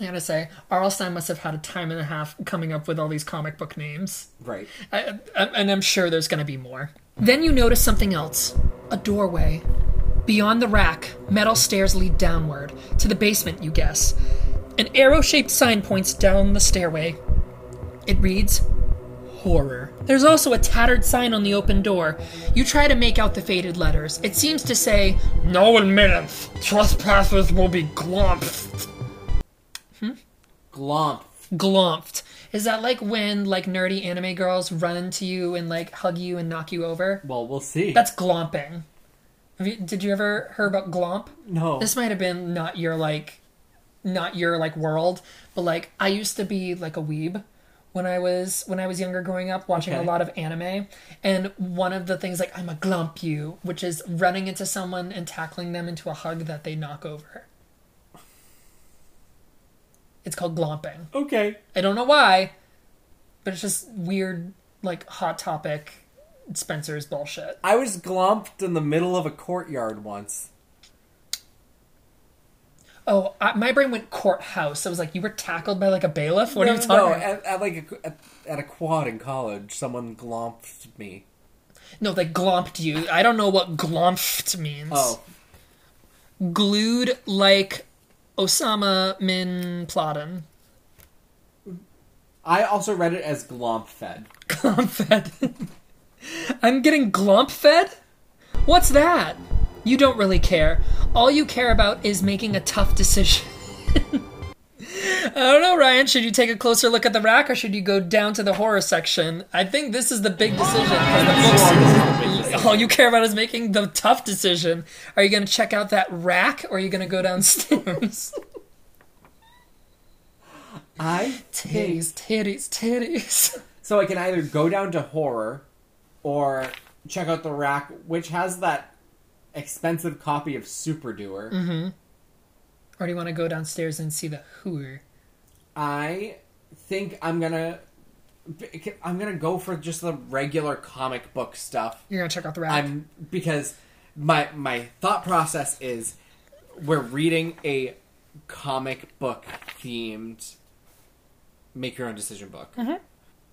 Speaker 1: I gotta say, Arlstein must have had a time and a half coming up with all these comic book names.
Speaker 2: Right.
Speaker 1: I, I, and I'm sure there's going to be more. Then you notice something else a doorway. Beyond the rack, metal stairs lead downward, to the basement, you guess. An arrow shaped sign points down the stairway. It reads, Horror. There's also a tattered sign on the open door. You try to make out the faded letters. It seems to say,
Speaker 4: No admittance. Trespassers will be glomped.
Speaker 2: Glomp.
Speaker 1: glomped. Is that like when like nerdy anime girls run to you and like hug you and knock you over?
Speaker 2: Well, we'll see.
Speaker 1: That's glomping. Have you, did you ever hear about glomp?
Speaker 2: no.
Speaker 1: This might have been not your like, not your like world, but like I used to be like a weeb when I was when I was younger growing up, watching a
Speaker 2: Okay.
Speaker 1: lot of anime, and one of the things like I'm a glomp you, which is running into someone and tackling them into a hug that they knock over. It's called glomping.
Speaker 2: okay.
Speaker 1: I don't know why, but it's just weird, like hot topic. Spencer's bullshit.
Speaker 2: I was glomped in the middle of a courtyard once.
Speaker 1: Oh, I, my brain went courthouse. I was like, you were tackled by like a bailiff. What
Speaker 2: no,
Speaker 1: are you talking?
Speaker 2: no,
Speaker 1: about?
Speaker 2: at, at like a, at, at a quad in college, someone glomped me.
Speaker 1: No, they glomped you. I don't know what glomped means.
Speaker 2: Oh,
Speaker 1: glued like Osama bin Laden.
Speaker 2: I also read it as glomp fed.
Speaker 1: Glomp fed. I'm getting glomp fed? What's that? You don't really care. All you care about is making a tough decision. [laughs] I don't know, Ryan. Should you take a closer look at the rack or should you go down to the horror section? I think this is the big decision for the books. [laughs] All you care about is making the tough decision. Are you going to check out that rack or are you going to go downstairs?
Speaker 2: I take
Speaker 1: titties, titties, titties.
Speaker 2: so I can either go down to horror or check out the rack, which has that expensive copy of Superdoer.
Speaker 1: Or do you want to go downstairs and see the hooer?
Speaker 2: I think I'm gonna I'm gonna go for just the regular comic book stuff.
Speaker 1: You're going to check out the rack.
Speaker 2: I'm because my my thought process is we're reading a comic book themed make your own decision book.
Speaker 1: Mm-hmm.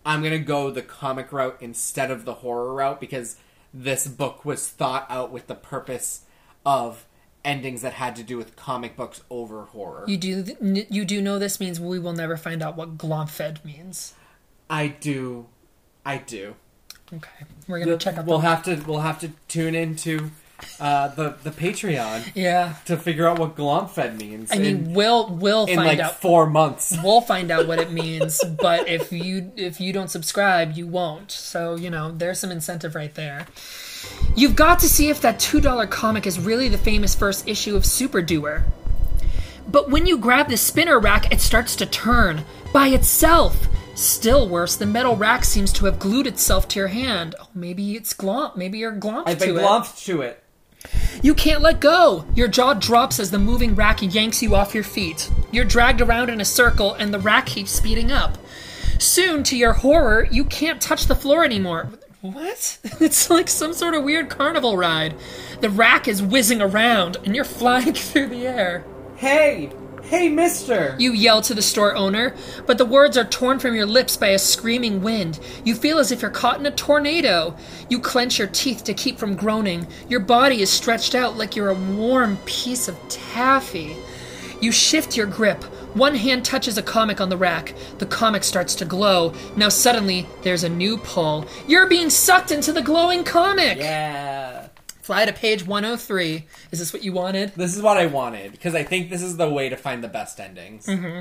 Speaker 2: I'm gonna go the comic route instead of the horror route because this book was thought out with the purpose of endings that had to do with comic books over horror.
Speaker 1: You do th- you do know this means we will never find out what glomfed means.
Speaker 2: I do, I do.
Speaker 1: Okay, we're gonna check out.
Speaker 2: we'll
Speaker 1: the-
Speaker 2: have to we'll have to tune into uh, the the Patreon.
Speaker 1: yeah,
Speaker 2: to figure out what glomfed means
Speaker 1: I mean,
Speaker 2: in,
Speaker 1: we'll we'll
Speaker 2: in
Speaker 1: find
Speaker 2: like
Speaker 1: out.
Speaker 2: four months.
Speaker 1: We'll find out what it means, but if you if you don't subscribe, you won't. So you know, there's some incentive right there. You've got to see if that two dollar comic is really the famous first issue of Super Doer. But when you grab the spinner rack, it starts to turn by itself. Still worse, the metal rack seems to have glued itself to your hand. Oh, maybe it's glomp. Maybe you're glomped
Speaker 2: I've
Speaker 1: to
Speaker 2: been
Speaker 1: it.
Speaker 2: glomfed to it.
Speaker 1: You can't let go! Your jaw drops as the moving rack yanks you off your feet. You're dragged around in a circle, and the rack keeps speeding up. Soon, to your horror, you can't touch the floor anymore. What? [laughs] It's like some sort of weird carnival ride. The rack is whizzing around, and you're flying [laughs] through the air.
Speaker 2: Hey, hey, Mister!
Speaker 1: You yell to the store owner, but the words are torn from your lips by a screaming wind. You feel as if you're caught in a tornado. You clench your teeth to keep from groaning. Your body is stretched out like you're a warm piece of taffy. You shift your grip. One hand touches a comic on the rack. The comic starts to glow. Now suddenly, there's a new pull. You're being sucked into the glowing comic!
Speaker 2: yeah,
Speaker 1: Fly to page 103. Is this what you wanted?
Speaker 2: This is what I wanted because I think this is the way to find the best endings.
Speaker 1: Mm-hmm.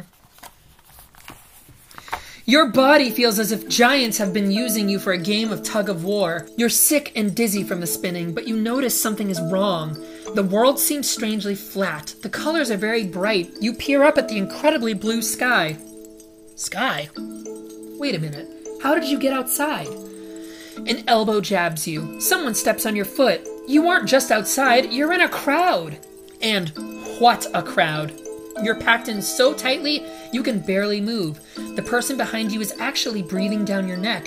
Speaker 1: Your body feels as if giants have been using you for a game of tug of war. You're sick and dizzy from the spinning, but you notice something is wrong. The world seems strangely flat. The colors are very bright. You peer up at the incredibly blue sky. Sky? Wait a minute. How did you get outside? An elbow jabs you. Someone steps on your foot. You aren't just outside, you're in a crowd. And what a crowd! You're packed in so tightly you can barely move. The person behind you is actually breathing down your neck.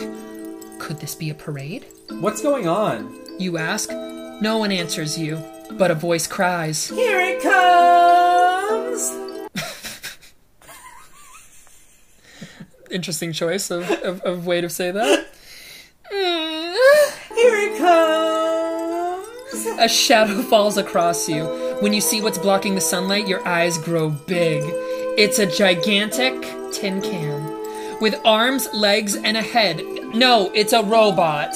Speaker 1: Could this be a parade?
Speaker 2: What's going on?
Speaker 1: You ask. No one answers you, but a voice cries.
Speaker 2: Here it comes!
Speaker 1: [laughs] Interesting choice of, of, of way to
Speaker 2: [laughs]
Speaker 1: say that. [laughs] Mm.
Speaker 2: Here it comes!
Speaker 1: A shadow [laughs] falls across you. When you see what's blocking the sunlight, your eyes grow big. It's a gigantic tin can with arms, legs, and a head. No, it's a robot.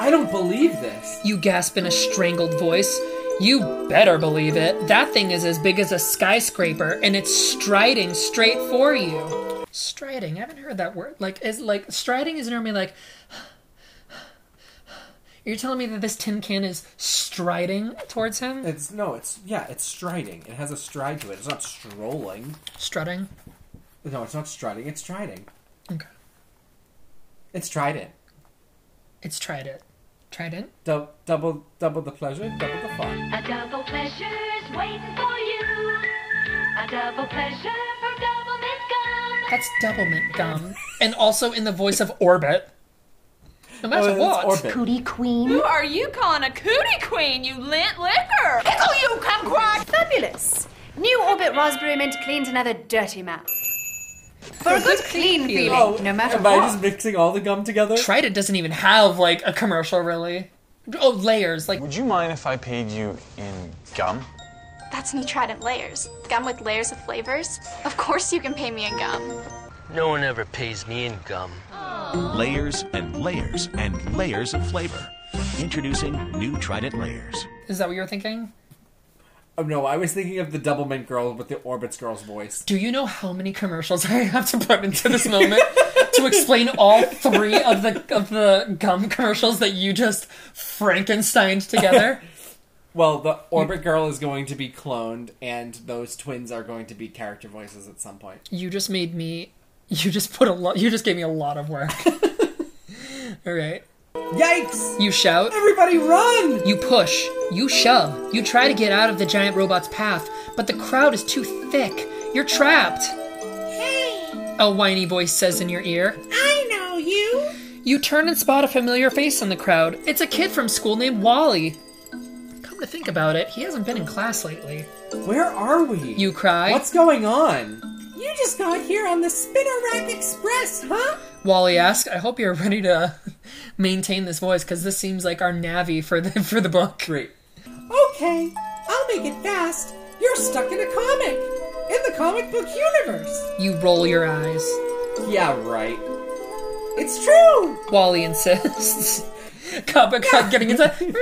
Speaker 2: I don't believe this.
Speaker 1: You gasp in a strangled voice. You better believe it. That thing is as big as a skyscraper and it's striding straight for you. Striding, I haven't heard that word. Like is like striding is normally like [sighs] You're telling me that this tin can is striding towards him?
Speaker 2: It's no, it's yeah, it's striding. It has a stride to it. It's not strolling.
Speaker 1: Strutting.
Speaker 2: No, it's not strutting. It's striding.
Speaker 1: Okay.
Speaker 2: It's trident.
Speaker 1: It's trident. Trident?
Speaker 2: Dou double, double the pleasure, double the fun.
Speaker 5: A double pleasure's waiting for you. A double pleasure for double mint gum.
Speaker 1: That's double mint gum. And also in the voice of Orbit. No matter
Speaker 2: Oh, it's
Speaker 1: what.
Speaker 2: orbit.
Speaker 6: Booty queen.
Speaker 7: Who are you calling a cootie queen, you lint liquor?
Speaker 6: Pickle you, kumquat! Fabulous. New Orbit Raspberry Mint cleans another dirty mouth. For a good clean feeling,
Speaker 2: Oh,
Speaker 6: no matter
Speaker 2: am
Speaker 6: what.
Speaker 2: I just mixing all the gum together?
Speaker 1: Trident doesn't even have like a commercial really. Oh, layers. Like
Speaker 8: Would you mind if I paid you in gum?
Speaker 9: That's new Trident layers. Gum with layers of flavors. Of course you can pay me in gum.
Speaker 10: No one ever pays me in gum.
Speaker 11: Layers and layers and layers of flavor. Introducing new Trident layers.
Speaker 1: is that what you were thinking?
Speaker 2: Oh, no, I was thinking of the double mint girl with the orbits girl's voice.
Speaker 1: Do you know how many commercials [laughs] I have to put
Speaker 2: [laughs]
Speaker 1: into this moment to explain all three of the of the gum commercials that you just Frankensteined together?
Speaker 2: Well, the orbit girl is going to be cloned, and those twins are going to be character voices at some point.
Speaker 1: you just made me [laughs] you just put a lot you just gave me a lot
Speaker 2: [laughs]
Speaker 1: of work. all right.
Speaker 2: Yikes!
Speaker 1: You shout
Speaker 2: Everybody run!
Speaker 1: You push, you shove, you try to get out of the giant robot's path, but the crowd is too thick. You're trapped. Hey! A whiny voice says in your ear. I know you. You turn and spot a familiar face in the crowd. It's a kid from school named Wally. Come to think about it, he hasn't been in class lately.
Speaker 2: Where are we?
Speaker 1: You cry.
Speaker 2: What's going on? You just got here on the Spinner Rack Express, huh?
Speaker 1: Wally asks, I hope you're ready to [laughs] maintain this voice because this seems like our navy for the [laughs] for the book.
Speaker 2: Great. Okay, I'll make it fast. You're stuck in a comic. In the comic book universe.
Speaker 1: You roll your eyes.
Speaker 2: Yeah, right. It's true!
Speaker 1: Wally insists. [laughs] Cub, cub getting into Mm,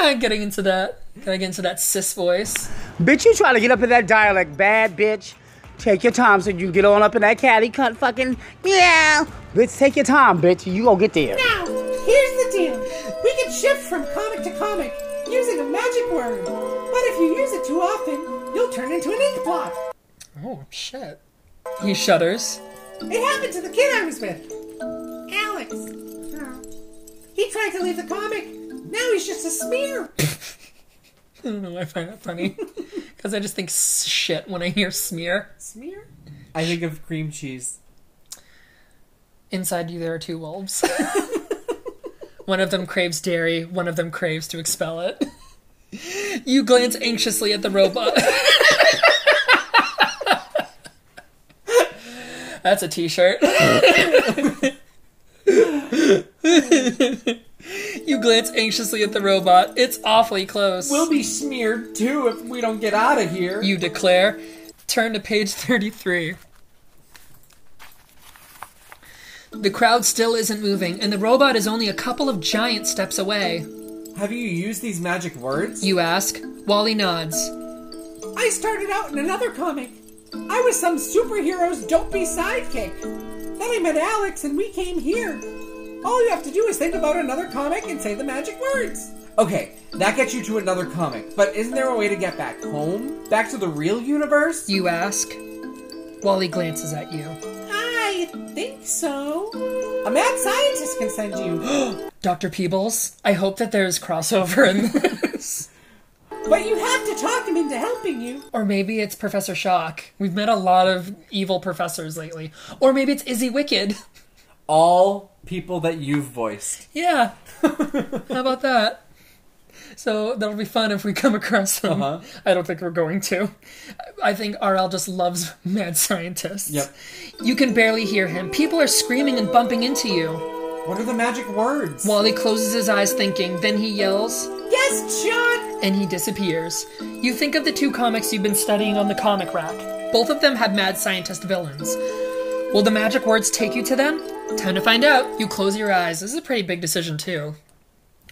Speaker 1: yeah, getting into that getting into that cis voice.
Speaker 12: Bitch, you trying to get up in that dialect, bad bitch. Take your time so you can get on up in that catty cunt fucking meow. Bitch, take your time, bitch. You gonna get there.
Speaker 5: Now, here's the deal. We can shift from comic to comic using a magic word. But if you use it too often, you'll turn into an ink blot.
Speaker 1: Oh shit. He shudders.
Speaker 5: It happened to the kid I was with. Alex. He tried to leave the comic. Now he's just a smear.
Speaker 1: I don't know why [laughs] I find that funny. Because I just think s- shit when I hear smear.
Speaker 2: Smear? I think of cream cheese.
Speaker 1: Inside you there are two wolves. one of them craves dairy, one of them craves to expel it. You glance anxiously at the robot. [laughs] That's a t shirt. [laughs] you glance anxiously at the robot. It's awfully close.
Speaker 2: We'll be smeared too if we don't get out of here.
Speaker 1: you declare. Turn to page 33. The crowd still isn't moving, and the robot is only a couple of giant steps away.
Speaker 2: Have you used these magic words?
Speaker 1: You ask. Wally nods.
Speaker 5: I started out in another comic. I was some superhero's dopey sidekick. Then I met Alex and we came here. All you have to do is think about another comic and say the magic words.
Speaker 2: Okay, that gets you to another comic, but isn't there a way to get back home? Back to the real universe?
Speaker 1: You ask. Wally glances at you.
Speaker 5: I think so. A mad scientist can send
Speaker 2: [gasps]
Speaker 5: you.
Speaker 1: Dr. Peebles, I hope that there's crossover in this. [laughs]
Speaker 5: but you have to talk him into helping you.
Speaker 1: Or maybe it's Professor Shock. We've met a lot of evil professors lately. Or maybe it's Izzy Wicked.
Speaker 2: All people that you've voiced.
Speaker 1: Yeah. How about that? So that'll be fun if we come across them. I don't think we're going to. I think RL just loves [laughs] mad scientists.
Speaker 2: Yep.
Speaker 1: You can barely hear him. People are screaming and bumping into you.
Speaker 2: What are the magic words?
Speaker 1: Wally closes his eyes, thinking. Then he yells,
Speaker 5: Yes, John!
Speaker 1: and he disappears. You think of the two comics you've been studying on the comic rack. Both of them have mad scientist villains. Will the magic words take you to them? Time to find out. You close your eyes. This is a pretty big decision, too.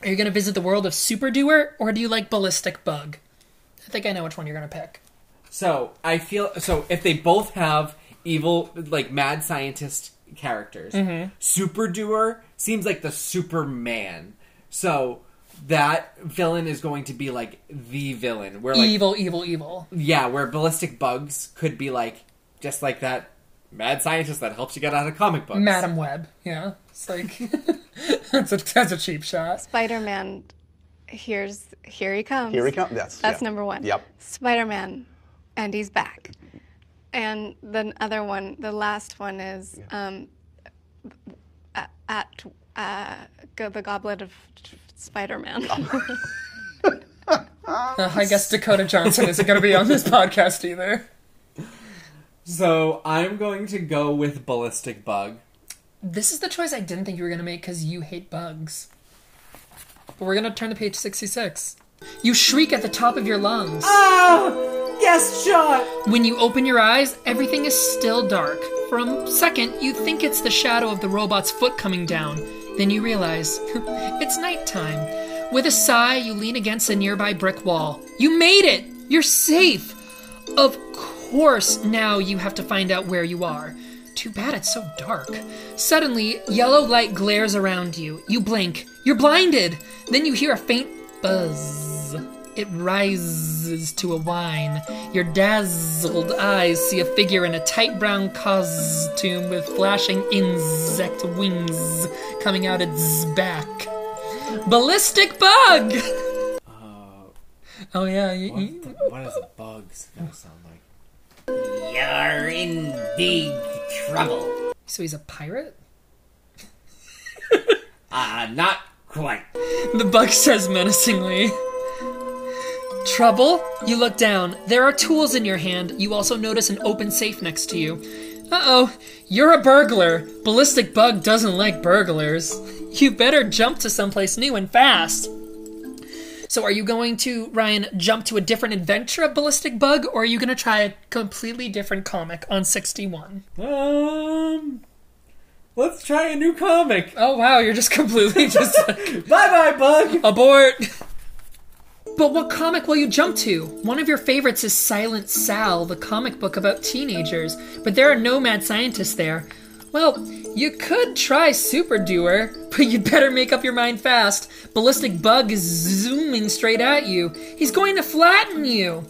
Speaker 1: Are you going to visit the world of Superdoer, or do you like Ballistic Bug? I think I know which one you're going to pick.
Speaker 2: So I feel so if they both have evil, like mad scientist characters,
Speaker 1: Mhm.
Speaker 2: Super Doer seems like the Superman. So that villain is going to be like the villain. Where like
Speaker 1: evil, evil, evil.
Speaker 2: yeah, where ballistic bugs could be like just like that mad scientist that helps you get out of comic books.
Speaker 1: Madam Web. Yeah. It's like, [laughs] that's, a, that's a cheap shot.
Speaker 9: Spider Man, here's here he comes.
Speaker 13: Here he comes, yes,
Speaker 9: That's
Speaker 13: yeah.
Speaker 9: number one.
Speaker 13: Yep.
Speaker 9: Spider Man, and he's back. And the other one, the last one is um, a- at uh, go, the Goblet of Spider Man.
Speaker 13: Oh.
Speaker 1: Uh, I guess Dakota Johnson isn't going to be on this [laughs] podcast either.
Speaker 2: So I'm going to go with ballistic bug.
Speaker 1: This is the choice I didn't think you were going to make because you hate bugs. But we're going to turn to page 66. You shriek at the top of your lungs.
Speaker 5: Oh! Yes, John!
Speaker 1: When you open your eyes, everything is still dark. For a second, you think it's the shadow of the robot's foot coming down. Then you realize [laughs] it's nighttime. With a sigh, you lean against a nearby brick wall. You made it! You're safe! Of course, now you have to find out where you are. Too bad it's so dark. Suddenly, yellow light glares around you. You blink. You're blinded! Then you hear a faint buzz. It rises to a whine. Your dazzled eyes see a figure in a tight brown costume with flashing insect wings coming out its back. Ballistic bug! oh, yeah. You, you-
Speaker 2: What is bugs gonna sound like? You're in big trouble.
Speaker 1: So he's a pirate?
Speaker 2: Uh, not quite.
Speaker 1: The bug says menacingly. Trouble? You look down. There are tools in your hand. You also notice an open safe next to you. Uh oh, you're a burglar. Ballistic Bug doesn't like burglars. [laughs] You better jump to someplace new and fast. So, are you going to, Ryan, jump to a different adventure of Ballistic Bug, or are you going to try a completely different comic on 61?
Speaker 2: Um, let's try a new comic.
Speaker 1: Oh wow, you're just completely [laughs] just
Speaker 2: bye bye bug.
Speaker 1: Abort. But what comic will you jump to? One of your favorites is Silent Sal, the comic book about teenagers, but there are no mad scientists there. Well, you could try Superdoer, but you'd better make up your mind fast. Ballistic Bug is zooming straight at you. He's going to flatten you.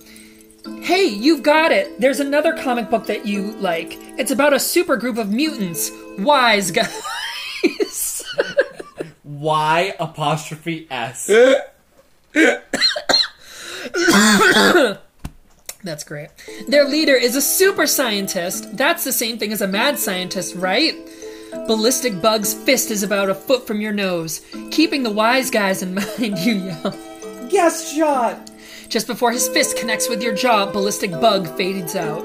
Speaker 1: Hey, you've got it. There's another comic book that you like. It's about a supergroup of mutants. Wise [laughs] guys.
Speaker 2: Y apostrophe
Speaker 1: [laughs]
Speaker 2: S.
Speaker 1: That's great. Their leader is a super scientist. That's the same thing as a mad scientist, right? Ballistic Bug's fist is about a foot from your nose. Keeping the wise guys in [laughs] mind, you yell.
Speaker 5: Yes, John!
Speaker 1: Just before his fist connects with your jaw, Ballistic Bug fades out.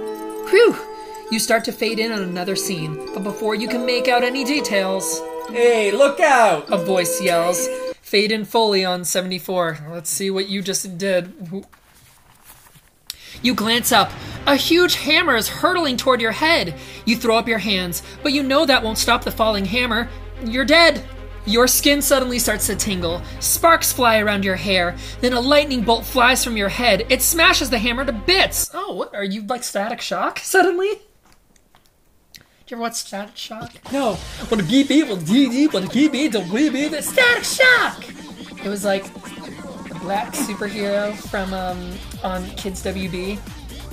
Speaker 1: Whew! You start to fade in on another scene, but before you can make out any details.
Speaker 2: Hey, look out!
Speaker 1: A voice yells. Fade in fully on 74. Let's see what you just did. Who- You glance up. A huge hammer is hurtling toward your head. You throw up your hands, but you know that won't stop the falling hammer. You're dead. Your skin suddenly starts to tingle. Sparks fly around your hair. Then a lightning bolt flies from your head. It smashes the hammer to bits. Oh, what? Are you like static shock [laughs] suddenly? Do you ever watch Static Shock? No. When the GB, when DD, when the GB, the WB, the Static Shock! It was like a black superhero from um, on Kids WB.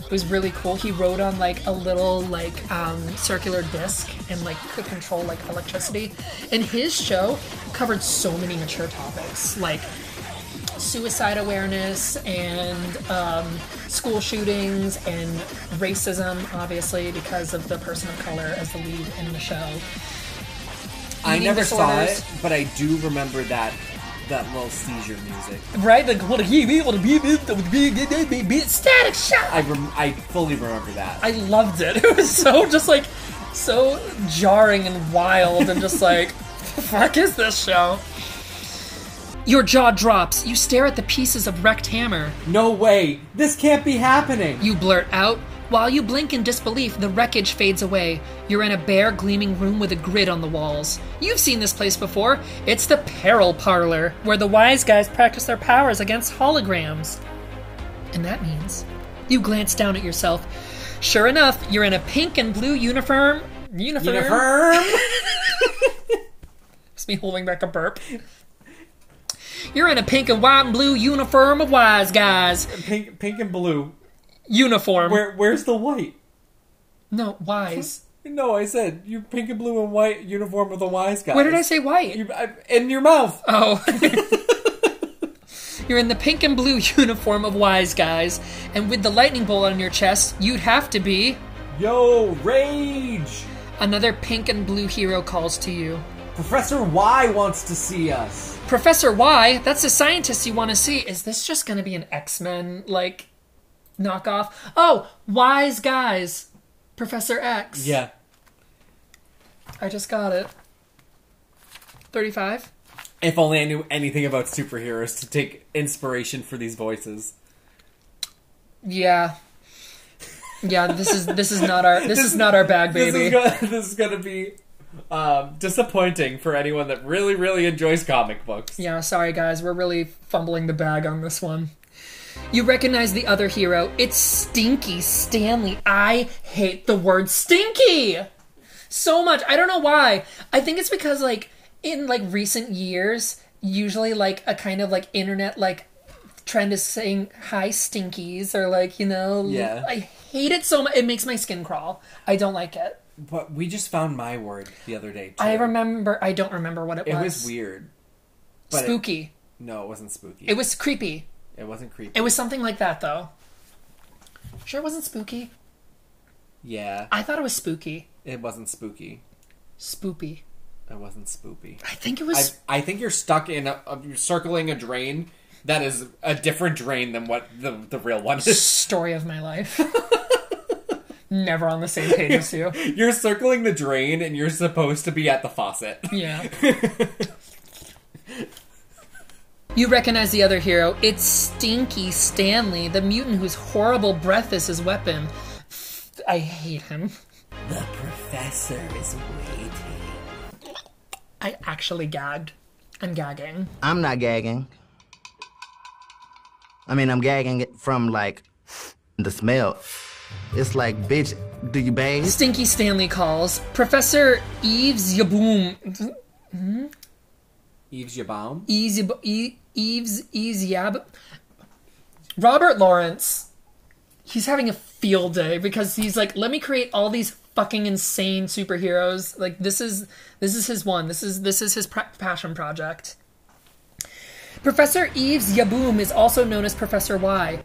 Speaker 1: It was really cool. He rode on like a little like um, circular disc and like could control like electricity. And his show covered so many mature topics like suicide awareness and um, school shootings and racism, obviously, because of the person of color as the lead in the show.
Speaker 2: I
Speaker 1: Eating
Speaker 2: never saw
Speaker 1: disorders.
Speaker 2: it, but I do remember that that little seizure music.
Speaker 1: Right? Like, what a he be, what a be, be, be, be, be, be, be, static shot!
Speaker 2: I rem- I fully remember that.
Speaker 1: I loved it. [laughs] It was so just like so jarring and wild and just like [laughs] the fuck is this show? Your jaw drops. You stare at the pieces of wrecked hammer.
Speaker 2: No way. This can't be happening.
Speaker 1: You blurt out. While you blink in disbelief, the wreckage fades away. You're in a bare, gleaming room with a grid on the walls. You've seen this place before. It's the Peril Parlor, where the wise guys practice their powers against holograms. And that means you glance down at yourself. Sure enough, you're in a pink and blue uniform. Uniform.
Speaker 2: Uniform.
Speaker 1: [laughs] It's me holding back a burp. You're in a pink and white and blue uniform of wise guys.
Speaker 2: Pink, pink and blue.
Speaker 1: Uniform.
Speaker 2: Where, where's the white?
Speaker 1: No, wise.
Speaker 2: No, I said you pink and blue and white uniform of the wise guy.
Speaker 1: Where did I say white?
Speaker 2: You, I, in your mouth.
Speaker 1: Oh. You're in the pink and blue [laughs] uniform of wise guys, and with the lightning bolt on your chest, you'd have to be.
Speaker 2: Yo, rage!
Speaker 1: Another pink and blue hero calls to you.
Speaker 2: Professor Y wants to see us.
Speaker 1: Professor Y, that's the scientist you want to see. Is this just going to be an X Men, like, knockoff? Oh, wise guys. Professor X.
Speaker 2: Yeah.
Speaker 1: I just got it. 35?
Speaker 2: If only I knew anything about superheroes to take inspiration for these voices.
Speaker 1: Yeah. Yeah, this is this is not our this, is not our bag, baby.
Speaker 2: This is gonna, [laughs] this is gonna be um, disappointing for anyone that really, really enjoys comic books.
Speaker 1: Yeah, sorry guys, we're really fumbling the bag on this one. You recognize the other hero. It's Stinky Stanley. I hate the word stinky so much. I don't know why. I think it's because like in like recent years, usually like a kind of like internet like trend is saying hi stinkies or like, you know,
Speaker 2: Yeah.
Speaker 1: I hate it so much. It makes my skin crawl. I don't like it.
Speaker 2: But we just found my word the other day. Too.
Speaker 1: I remember I don't remember what it,
Speaker 2: It
Speaker 1: was.
Speaker 2: was weird. but it-
Speaker 1: Spooky.
Speaker 2: no, it wasn't spooky.
Speaker 1: it was creepy.
Speaker 2: It wasn't creepy.
Speaker 1: It was something like that, though. Sure, it wasn't spooky.
Speaker 2: Yeah.
Speaker 1: I thought it was spooky.
Speaker 2: It wasn't spooky.
Speaker 1: Spoopy.
Speaker 2: It wasn't spoopy.
Speaker 1: I think it was.
Speaker 2: I, I think you're stuck in a, a you're circling a drain that is a different drain than what the the real one is.
Speaker 1: Story of my life. [laughs] Never on the same page as you.
Speaker 2: You're circling the drain and you're supposed to be at the faucet. [laughs]
Speaker 1: Yeah. You recognize the other hero. It's Stinky Stanley, the mutant whose horrible breath is his weapon. I hate him.
Speaker 2: The professor is waiting.
Speaker 1: I actually gagged. I'm gagging.
Speaker 13: I'm not gagging. I mean, I'm gagging from like the smell. It's like, bitch, do you bathe?
Speaker 1: Stinky Stanley calls. Professor Eves Yaboom. Hmm?
Speaker 2: Eves Yabaum?
Speaker 1: Easy, e- Eves, Eves Yab. Robert Lawrence, he's having a field day because he's like, let me create all these fucking insane superheroes. Like this is this is his one. This is this is his pr- passion project. Professor Eves Yaboom is also known as Professor Y.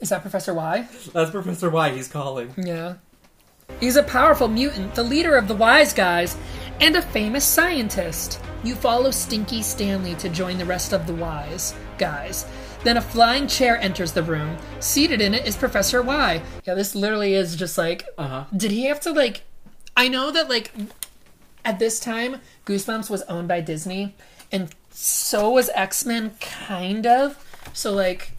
Speaker 1: Is that Professor Y?
Speaker 2: That's Professor Y. He's [laughs] calling.
Speaker 1: Yeah. He's a powerful mutant, the leader of the Wise Guys, and a famous scientist. You follow Stinky Stanley to join the rest of the Wise Guys. Then a flying chair enters the room. Seated in it is Professor Y. Yeah, this literally is just like. Uh-huh. Did he have to, like. I know that, like, at this time, Goosebumps was owned by Disney, and so was X Men, kind of. So, like,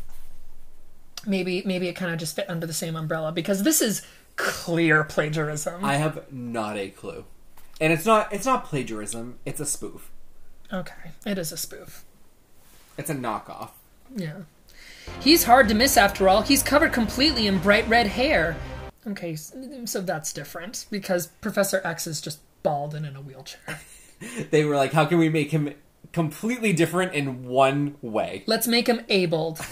Speaker 1: maybe maybe it kind of just fit under the same umbrella because this is clear plagiarism.
Speaker 2: I have not a clue. and it's not it's not plagiarism. It's a spoof.
Speaker 1: Okay, it is a spoof.
Speaker 2: It's a knockoff.
Speaker 1: Yeah. He's hard to miss after all. He's covered completely in bright red hair. Okay, s- so that's different because Professor X is just bald and in a wheelchair.
Speaker 2: They were like, how can we make him completely different in one way?
Speaker 1: Let's make him abled. [laughs]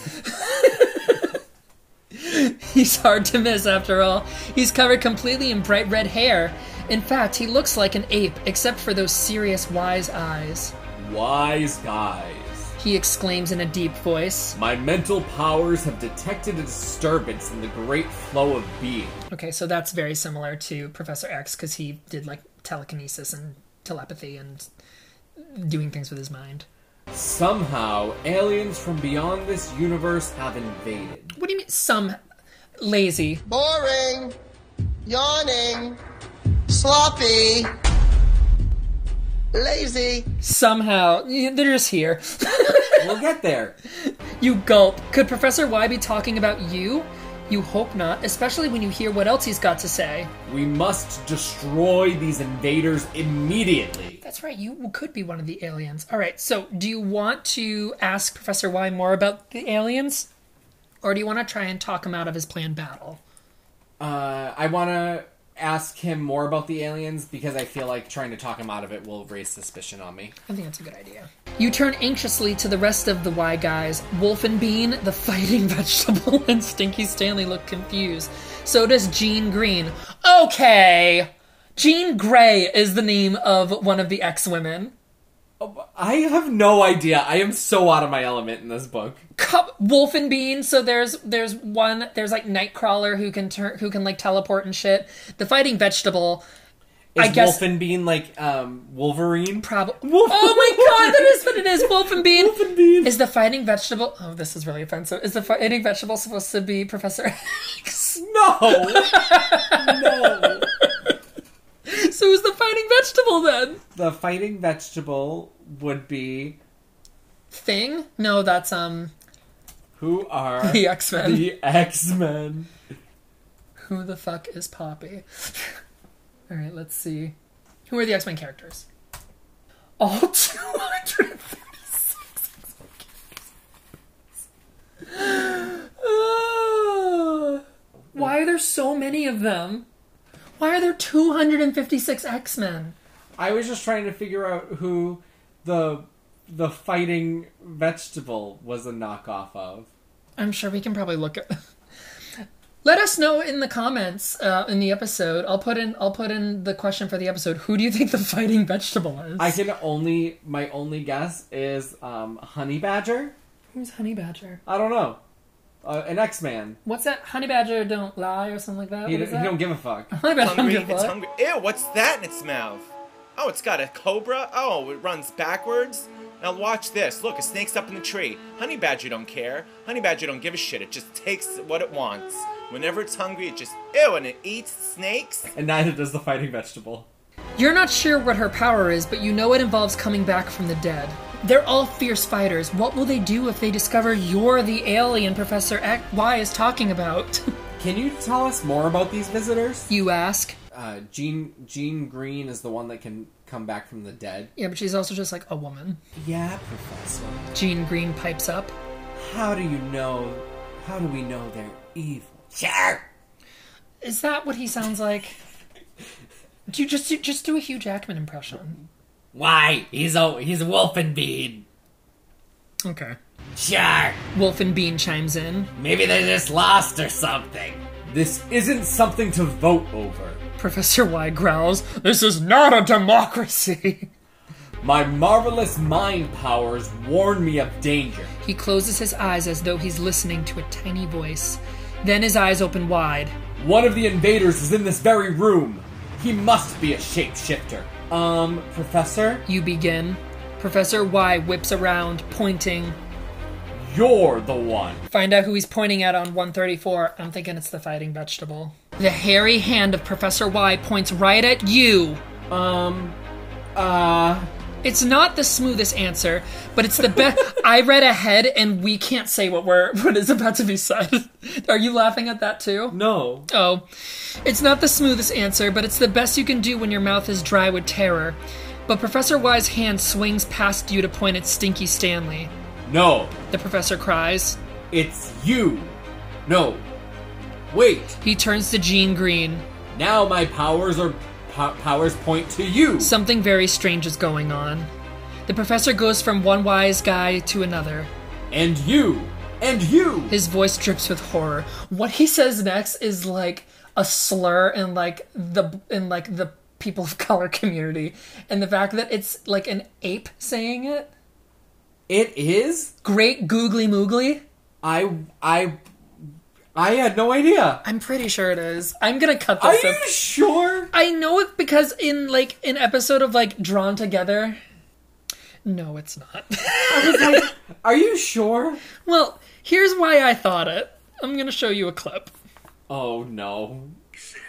Speaker 1: He's hard to miss after all. He's covered completely in bright red hair. In fact, he looks like an ape except for those serious wise eyes.
Speaker 2: Wise guys,
Speaker 1: He exclaims in a deep voice.
Speaker 2: my mental powers have detected a disturbance in the great flow of being.
Speaker 1: Okay, so that's very similar to Professor X because he did like telekinesis and telepathy and doing things with his mind.
Speaker 2: Somehow, aliens from beyond this universe have invaded.
Speaker 1: What do you mean? Some lazy.
Speaker 14: Boring, yawning, sloppy, lazy.
Speaker 1: Somehow, y- they're just here. [laughs]
Speaker 2: we'll get there.
Speaker 1: You gulp. Could Professor Y be talking about you? You hope not, especially when you hear what else he's got to say.
Speaker 2: We must destroy these invaders immediately.
Speaker 1: That's right, you could be one of the aliens. All right, so do you want to ask Professor Y more about the aliens? Or do you want to try and talk him out of his planned battle?
Speaker 2: Uh, I want to ask him more about the aliens because I feel like trying to talk him out of it will raise suspicion on me.
Speaker 1: I think that's a good idea. You turn anxiously to the rest of the Y guys. Wolf and Bean, the [laughs] fighting vegetable, [laughs] and Stinky Stanley look confused. So does Jean Green. Okay! Jean Grey is the name of one of the X women.
Speaker 2: I have no idea. I am so out of my element in this book.
Speaker 1: Cup Wolf and Bean. So there's there's one there's like Nightcrawler who can turn who can like teleport and shit. The fighting vegetable.
Speaker 2: Is
Speaker 1: I guess
Speaker 2: Wolfen being like um, Wolverine?
Speaker 1: [laughs] Probably. Oh my god, that is what it [laughs] is. Wolf and Bean. Wolf and Bean. Is the fighting vegetable? Oh, this is really offensive. Is the fighting vegetable supposed to be Professor [laughs] X?
Speaker 2: [laughs]
Speaker 1: [laughs]
Speaker 2: No.
Speaker 1: so who's the fighting vegetable then?
Speaker 2: The fighting vegetable would be
Speaker 1: Thing? No, that's um.
Speaker 2: who
Speaker 1: [laughs]
Speaker 2: are
Speaker 1: The X-Men.
Speaker 2: The X Men.
Speaker 1: Who the fuck is Poppy? [laughs] All right, let's see. Who are the X Men characters? All [laughs] two hundred thirty-six. Why are there so many of them? Why are there two hundred and fifty-six X Men?
Speaker 2: I was just trying to figure out who the the fighting vegetable was a knockoff of.
Speaker 1: I'm sure we can probably look at. [laughs] Let us know in the comments uh, in the episode. I'll put in I'll put in the question for the episode. Who do you think the fighting vegetable is?
Speaker 2: I can only my only guess is um, honey badger.
Speaker 1: Who's Honey Badger?
Speaker 2: I don't know. Uh, an X Man.
Speaker 1: What's that? Honey Badger don't lie or something like that.
Speaker 2: He,
Speaker 1: What
Speaker 2: d-
Speaker 1: is
Speaker 2: he
Speaker 1: that?
Speaker 2: don't give a fuck.
Speaker 1: Honey Badger don't
Speaker 15: hungry,
Speaker 1: give a
Speaker 15: it's
Speaker 1: fuck.
Speaker 15: hungry. Ew, what's that in its mouth? Oh, it's got a cobra. Oh, it runs backwards. Now watch this. Look, a snake's up in the tree. Honey badger don't care. Honey badger don't give a shit. It just takes what it wants. Whenever it's hungry, it just ew and it eats snakes.
Speaker 2: And neither does the fighting vegetable.
Speaker 1: You're not sure what her power is, but you know it involves coming back from the dead. They're all fierce fighters. What will they do if they discover you're the alien Professor X- Y is talking about? [laughs]
Speaker 2: Can you tell us more about these visitors?
Speaker 1: You ask.
Speaker 2: Uh, Jean Jean Green is the one that can come back from the dead.
Speaker 1: yeah, but she's also just like a woman.
Speaker 2: Yeah, Professor.
Speaker 1: Jean Green pipes up.
Speaker 2: How do you know? How do we know they're evil? Sure.
Speaker 1: Is that what he sounds like? do you just do, just do a Hugh Jackman impression?
Speaker 2: Why? He's a he's Wolfenbein.
Speaker 1: Okay.
Speaker 2: Sure.
Speaker 1: Wolf and Bean chimes in.
Speaker 2: Maybe they're just lost or something. This isn't something to vote over.
Speaker 1: Professor Y growls, This is not a democracy. [laughs]
Speaker 2: My marvelous mind powers warn me of danger.
Speaker 1: He closes his eyes as though he's listening to a tiny voice. Then his eyes open wide.
Speaker 2: One of the invaders is in this very room. He must be a shapeshifter. Um, Professor?
Speaker 1: You begin. Professor Y whips around, pointing.
Speaker 2: You're the one.
Speaker 1: Find out who he's pointing at on 134. I'm thinking it's the fighting vegetable. The hairy hand of Professor Y points right at you.
Speaker 2: Um, uh,
Speaker 1: It's not the smoothest answer, but it's the best. I read ahead, and we can't say what we're what is about to be said. Are you laughing at that too?
Speaker 2: No.
Speaker 1: Oh, it's not the smoothest answer, but it's the best you can do when your mouth is dry with terror. But Professor Y's hand swings past you to point at Stinky Stanley.
Speaker 2: No.
Speaker 1: The professor cries.
Speaker 2: It's you. No. Wait.
Speaker 1: He turns to Jean Green.
Speaker 2: Now my powers are po- powers point to you.
Speaker 1: Something very strange is going on. The professor goes from one wise guy to another.
Speaker 2: And you. And you.
Speaker 1: His voice drips with horror. What he says next is like a slur and like the in like the people of [laughs] color community and the fact that it's like an ape saying it.
Speaker 2: It is
Speaker 1: great googly moogly.
Speaker 2: I I I had no idea.
Speaker 1: I'm pretty sure it is. I'm gonna cut this.
Speaker 2: Are up. you sure?
Speaker 1: I know it because in like an episode of like Drawn Together. No, it's not. [laughs]
Speaker 2: I was like, "Are you sure?"
Speaker 1: Well, here's why I thought it. I'm gonna show you a clip.
Speaker 2: Oh no!
Speaker 16: Said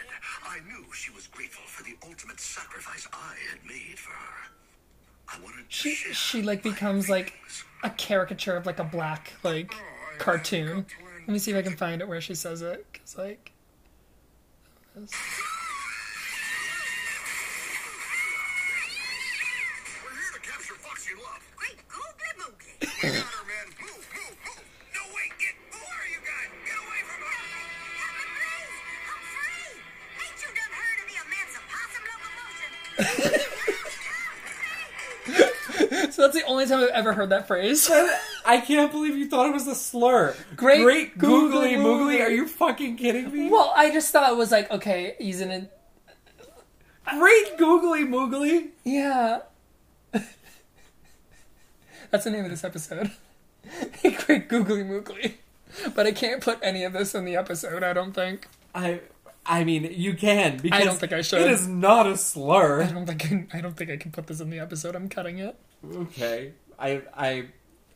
Speaker 16: I knew she was grateful for the ultimate sacrifice I had made for her. I wanted to
Speaker 1: She
Speaker 16: share
Speaker 1: she like becomes like a caricature of like a black like cartoon. Let me see if I can find it where she says it. Cause like.
Speaker 16: We're here to capture Fox you love. Great googly moogly. Get out her, man. Move, move, move. No, wait, get. Who are you guys? Get away from her. Help me, please. I'm free. Ain't you done heard of the immense opossum locomotion?
Speaker 1: So that's the only time I've ever heard that phrase.
Speaker 2: I can't believe you thought it was a slur.
Speaker 1: Great
Speaker 2: googly
Speaker 1: googly
Speaker 2: moogly.
Speaker 1: moogly.
Speaker 2: Are you fucking kidding me?
Speaker 1: [laughs] Well, I just thought it was like okay, he's in a
Speaker 2: Great googly moogly.
Speaker 1: yeah. [laughs] that's the name of this episode. [laughs] Great googly moogly. But I can't put any of this in the episode. I don't think.
Speaker 2: I I mean, you can because
Speaker 1: I don't think I should.
Speaker 2: It is not a slur.
Speaker 1: I don't think I, can- I don't think I can put this in the episode. I'm cutting it.
Speaker 2: Okay. I I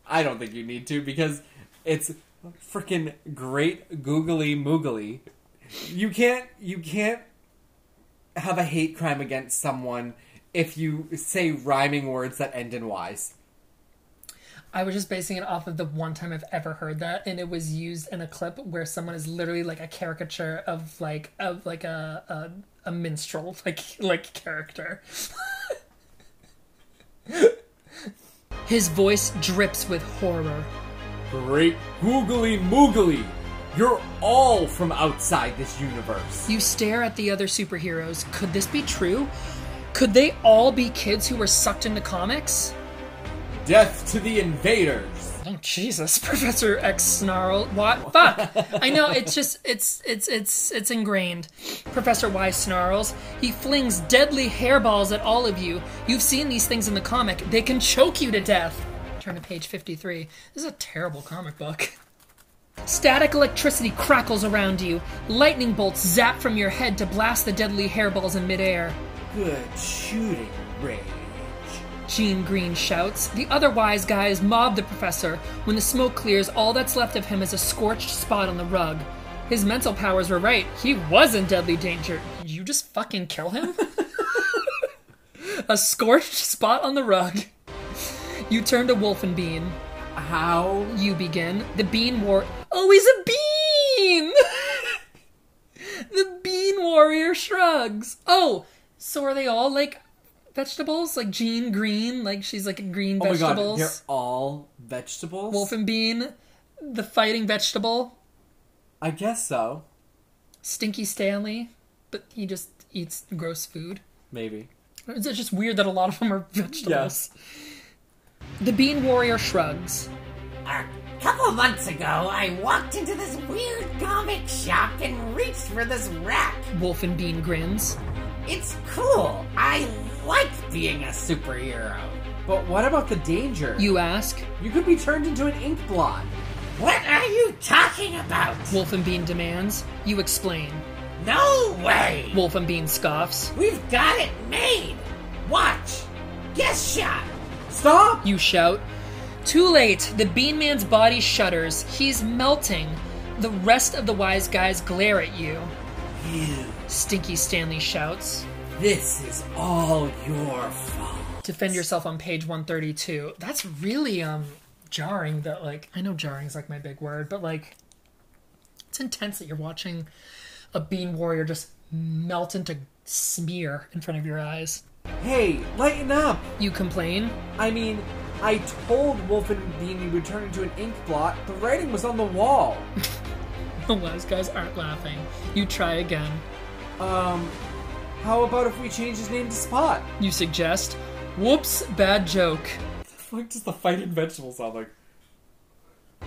Speaker 2: I don't think you need to because it's freaking great googly moogly. You can't you can't have a hate crime against someone if you say rhyming words that end in y's.
Speaker 1: I was just basing it off of the one time I've ever heard that, and it was used in a clip where someone is literally like a caricature of like of like a a, a minstrel [laughs] like like character. [laughs] His voice drips with horror.
Speaker 2: Great googly moogly. You're all from outside this universe.
Speaker 1: You stare at the other superheroes. Could this be true? Could they all be kids who were sucked into comics?
Speaker 2: Death to the invaders.
Speaker 1: Oh Jesus, [laughs] Professor X snarl. What? Fuck! I know it's just it's it's it's it's ingrained. Professor Y snarls. He flings deadly hairballs at all of you. You've seen these things in the comic. They can choke you to death. Turn to page fifty-three. This is a terrible comic book. Static electricity crackles around you. Lightning bolts zap from your head to blast the deadly hairballs in midair.
Speaker 2: Good shooting, Ray.
Speaker 1: Jean Green shouts. The other wise guys mob the professor. When the smoke clears, all that's left of him is a scorched spot on the rug. His mental powers were right. He was in deadly danger. You just fucking
Speaker 2: [laughs]
Speaker 1: kill him? a scorched spot on the rug. You turn to Wolfenbein.
Speaker 2: How?
Speaker 1: You begin. The Bean War. Oh, he's a bean! [laughs] the Bean Warrior shrugs. Oh, so are they all like vegetables? Like Jean Green? Like she's like a green
Speaker 2: Oh my god,
Speaker 1: vegetables?
Speaker 2: they're all vegetables?
Speaker 1: Wolfenbein, the fighting vegetable,
Speaker 2: I guess so.
Speaker 1: Stinky Stanley, but he just eats gross food.
Speaker 2: Maybe.
Speaker 1: It's just weird that a lot of them are [laughs] vegetables. The Bean Warrior shrugs.
Speaker 17: couple months ago, I walked into this weird comic shop and reached for this rack.
Speaker 1: Wolfenbein grins.
Speaker 17: It's cool. I like being a
Speaker 2: superhero. But what about the danger?
Speaker 1: You ask.
Speaker 2: You could be turned into an ink blot.
Speaker 17: What are you talking about?
Speaker 1: Wolfenbein demands. You explain.
Speaker 17: No way!
Speaker 1: Wolfenbein scoffs.
Speaker 17: We've got it made. Watch. Guess shot.
Speaker 2: Stop!
Speaker 1: You shout. Too late. The Bean Man's body shudders. He's melting. The rest of the wise guys glare at you.
Speaker 2: You.
Speaker 1: Stinky Stanley shouts.
Speaker 2: This is all your fault.
Speaker 1: defend yourself on page 132. That's really um jarring that like I know jarring is like my big word, but like it's intense that you're watching a bean warrior just melt into smear in front of your eyes.
Speaker 2: Hey, lighten up!
Speaker 1: You complain? [laughs]
Speaker 2: I mean, I told Wolf and Beanie would turn into an ink blot. The writing was on the wall.
Speaker 1: the wise guys aren't laughing. You try again.
Speaker 2: Um, how about if we change his name to Spot?
Speaker 1: You suggest? Whoops, bad joke.
Speaker 2: What does the fighting vegetable sound like?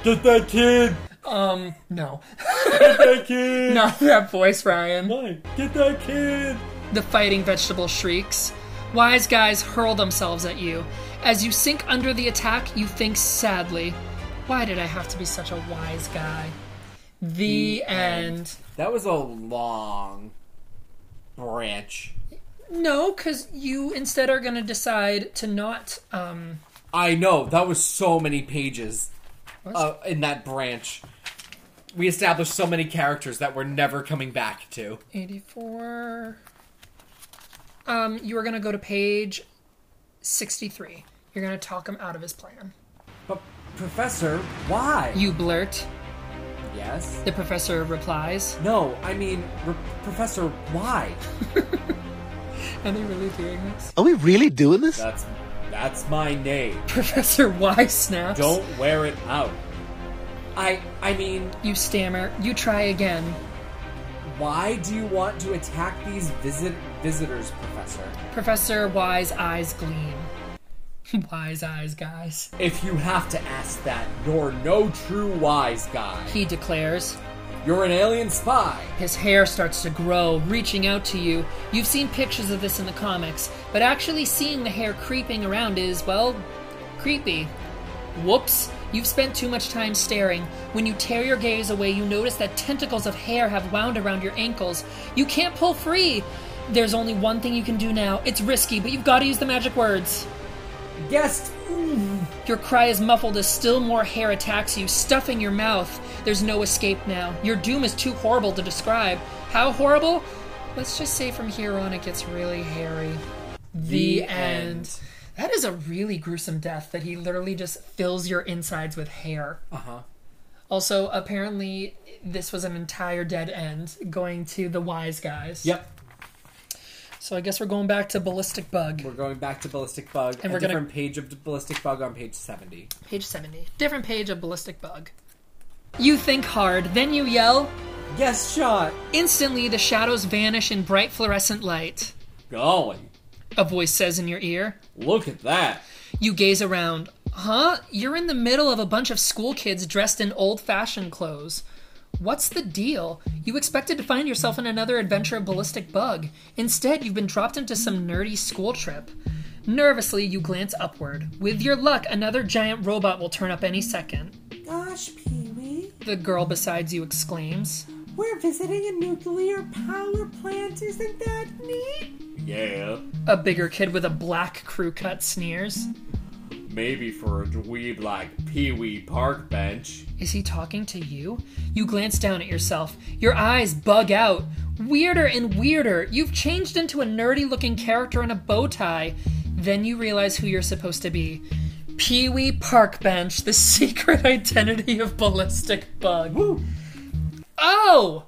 Speaker 4: Get that kid!
Speaker 1: Um, no. [laughs]
Speaker 4: Get that kid!
Speaker 1: Not that voice, Ryan.
Speaker 4: Why? Get that kid!
Speaker 1: The fighting vegetable shrieks. Wise guys hurl themselves at you. As you sink under the attack, you think sadly, why did I have to be such a wise guy? The, end.
Speaker 2: That was a long branch.
Speaker 1: No, because you instead are going to decide to not. Um,
Speaker 2: I know, that was so many pages
Speaker 1: What?
Speaker 2: uh, in that branch. We established so many characters that we're never coming back to.
Speaker 1: 84. Um, you are going to go to page 63. You're going to talk him out of his plan.
Speaker 2: But, Professor, why?
Speaker 1: You blurt.
Speaker 2: Yes?
Speaker 1: The professor replies. [laughs]
Speaker 2: No, I mean, re- Professor, why?
Speaker 1: Are they really doing this?
Speaker 13: Are we really doing this?
Speaker 2: That's that's my name.
Speaker 1: Professor Y snaps.
Speaker 2: Don't wear it out. I I mean,
Speaker 1: You stammer. You try again.
Speaker 2: why do you want to attack these visit visitors, Professor?
Speaker 1: Professor Y's eyes gleam. [laughs] Wise eyes, guys.
Speaker 2: If you have to ask that, you're no true wise guy.
Speaker 1: He declares.
Speaker 2: You're an alien spy.
Speaker 1: His hair starts to grow, reaching out to you. You've seen pictures of this in the comics, but actually seeing the hair creeping around is, well, creepy. Whoops! You've spent too much time staring. When you tear your gaze away, you notice that tentacles of hair have wound around your ankles. You can't pull free! There's only one thing you can do now. It's risky, but you've got to use the magic words.
Speaker 2: Yes. Mm.
Speaker 1: Your cry is muffled as still more hair attacks you, stuffing your mouth. There's no escape now. Your doom is too horrible to describe. How horrible? Let's just say from here on it gets really hairy. The,
Speaker 2: The
Speaker 1: end.
Speaker 2: end.
Speaker 1: That is a really gruesome death that he literally just fills your insides with hair.
Speaker 2: Uh huh.
Speaker 1: Also, apparently, this was an entire dead end going to the wise guys.
Speaker 2: Yep.
Speaker 1: So I guess we're going back to Ballistic Bug.
Speaker 2: We're going back to ballistic bug.
Speaker 1: And
Speaker 2: a
Speaker 1: we're gonna-
Speaker 2: different page of ballistic bug on page seventy.
Speaker 1: Page 70. Different page of Ballistic Bug. You think hard, then you yell,
Speaker 2: Yes, shot.
Speaker 1: Instantly, the shadows vanish in bright fluorescent light.
Speaker 2: Golly,
Speaker 1: A voice says in your ear.
Speaker 2: look at that.
Speaker 1: You gaze around. Huh? You're in the middle of a bunch of school kids dressed in old fashioned clothes. What's the deal? You expected to find yourself in another adventure of Ballistic Bug. Instead, you've been dropped into some nerdy school trip. Nervously, you glance upward. With your luck, another giant robot will turn up any second.
Speaker 5: Gosh, Pee Wee,
Speaker 1: The girl besides you exclaims.
Speaker 5: we're visiting a nuclear power plant. Isn't that neat?
Speaker 2: Yeah,
Speaker 1: A bigger kid with a black crew cut sneers.
Speaker 2: maybe for a dweeb like Pee Wee Park Bench.
Speaker 1: Is he talking to you? You glance down at yourself. Your eyes bug out. Weirder and weirder. You've changed into a nerdy looking character in a bow tie. Then you realize who you're supposed to be Pee Wee Parkbench, the [laughs] secret identity of Ballistic Bug. Oh!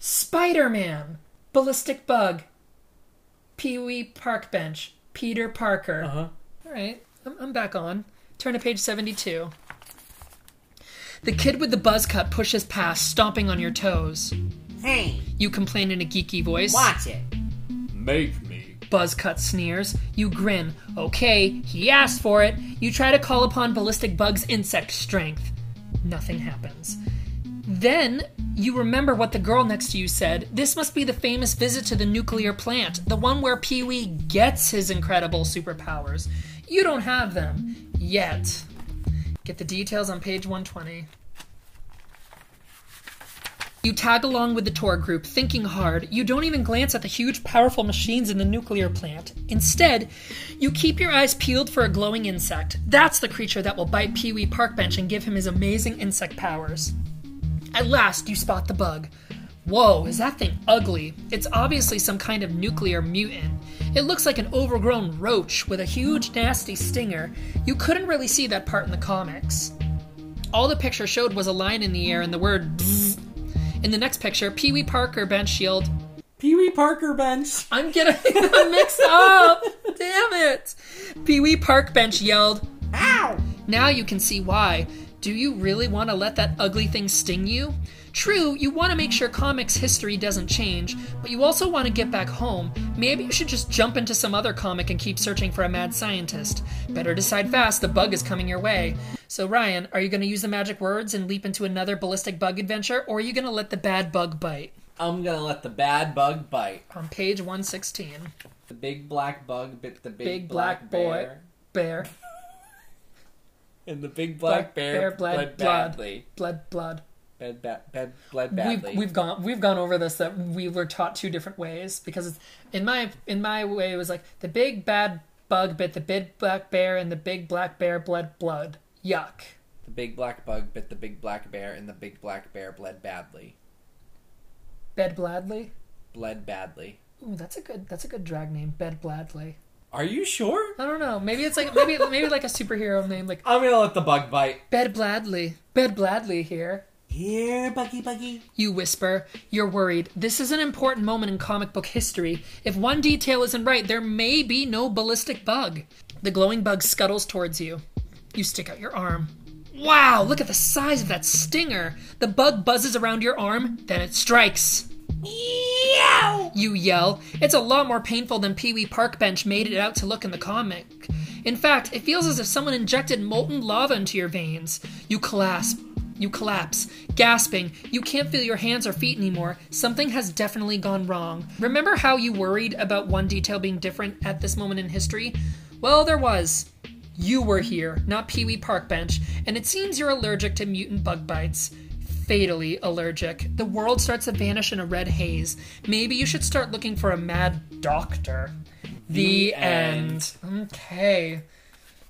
Speaker 1: Spider Man, Ballistic Bug, Pee Wee Parkbench, Peter Parker.
Speaker 2: Uh-huh.
Speaker 1: All right, I'm, I'm back on. Turn to page 72. The kid with the buzz cut pushes past, stomping on your toes.
Speaker 17: Hey,
Speaker 1: You complain in a geeky voice.
Speaker 17: watch it.
Speaker 2: Make me.
Speaker 1: Buzzcut sneers. You grin. Okay, he asked for it. You try to call upon Ballistic Bug's insect strength. Nothing happens. Then you remember what the girl next to you said. This must be the famous visit to the nuclear plant, the one where Pee Wee gets his incredible superpowers. You don't have them yet. Get the details on page 120. You tag along with the tour group, thinking hard. You don't even glance at the huge, powerful machines in the nuclear plant. Instead, you keep your eyes peeled for a glowing insect. That's the creature that will bite Pee Wee Parkbench and give him his amazing insect powers. At last, you spot the bug. Whoa, is that thing ugly? It's obviously some kind of nuclear mutant. It looks like an overgrown roach with a huge, nasty stinger. You couldn't really see that part in the comics. All the picture showed was a line in the air and the word bzz. In the next picture, Pee Wee Parker bench shield.
Speaker 5: Pee Wee Parker bench.
Speaker 1: I'm getting [laughs] them mixed up. Damn it. Pee Wee Park bench yelled, Ow! Now you can see why. Do you really want to let that ugly thing sting you? True, you want to make sure comics history doesn't change, but you also want to get back home. Maybe you should just jump into some other comic and keep searching for a mad scientist. Better decide fast, the bug is coming your way. So, Ryan, are you going to use the magic words and leap into another ballistic bug adventure, or are you going to let the bad bug bite?
Speaker 2: I'm gonna let the bad bug bite.
Speaker 1: On page 116.
Speaker 2: The big black bug bit the big,
Speaker 1: Big black boy.
Speaker 2: bear.
Speaker 1: Bear.
Speaker 2: And the big black, bear, bled, badly.
Speaker 1: Blood, blood.
Speaker 2: Bed, ba- bed, bled
Speaker 1: We've,
Speaker 2: badly.
Speaker 1: we've gone we've gone over this that we were taught two different ways because it's, in my in my way it was like the big bad bug bit the big black bear and the big black bear bled blood yuck
Speaker 2: The big black bug bit the big black bear, and the big black bear bled badly.
Speaker 1: bed bladley
Speaker 2: Bled badly.
Speaker 1: Ooh, that's a good that's a good drag name bed bladley
Speaker 2: Are you sure?
Speaker 1: I don't know maybe it's like maybe maybe like a superhero name like
Speaker 2: I'm gonna let the bug bite.
Speaker 1: bed bladley bed bladley here
Speaker 5: Here, Buggy Buggy.
Speaker 1: You whisper. You're worried. This is an important moment in comic book history. If one detail isn't right, there may be no ballistic bug. The glowing bug scuttles towards you. You stick out your arm. Wow, look at the size of that stinger! The bug buzzes around your arm, then it strikes. You yell. It's a lot more painful than Pee Wee Park Bench made it out to look in the comic. In fact, it feels as if someone injected molten lava into your veins. You collapse. You collapse, gasping. You can't feel your hands or feet anymore. Something has definitely gone wrong. Remember how you worried about one detail being different at this moment in history? Well, there was. You were here, not Pee Wee Park Bench, and it seems you're allergic to mutant bug bites fatally allergic. The world starts to vanish in a red haze. Maybe you should start looking for a mad doctor. The,
Speaker 2: The
Speaker 1: end. Okay.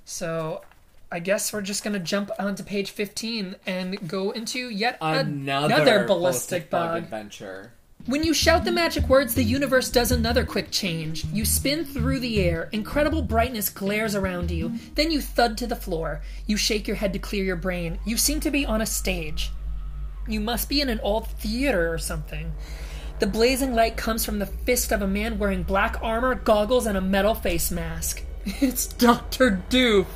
Speaker 1: So I guess we're just going to jump onto page 15 and go into yet
Speaker 2: Another,
Speaker 1: another ballistic, bug.
Speaker 2: adventure.
Speaker 1: When you shout the magic words, the universe does another quick change. You spin through the air. Incredible brightness glares around you. Then you thud to the floor. You shake your head to clear your brain. You seem to be on a stage. You must be in an old theater or something. The blazing light comes from the fist of a man wearing black armor, goggles, and a metal face mask. [laughs] It's Dr. Doof,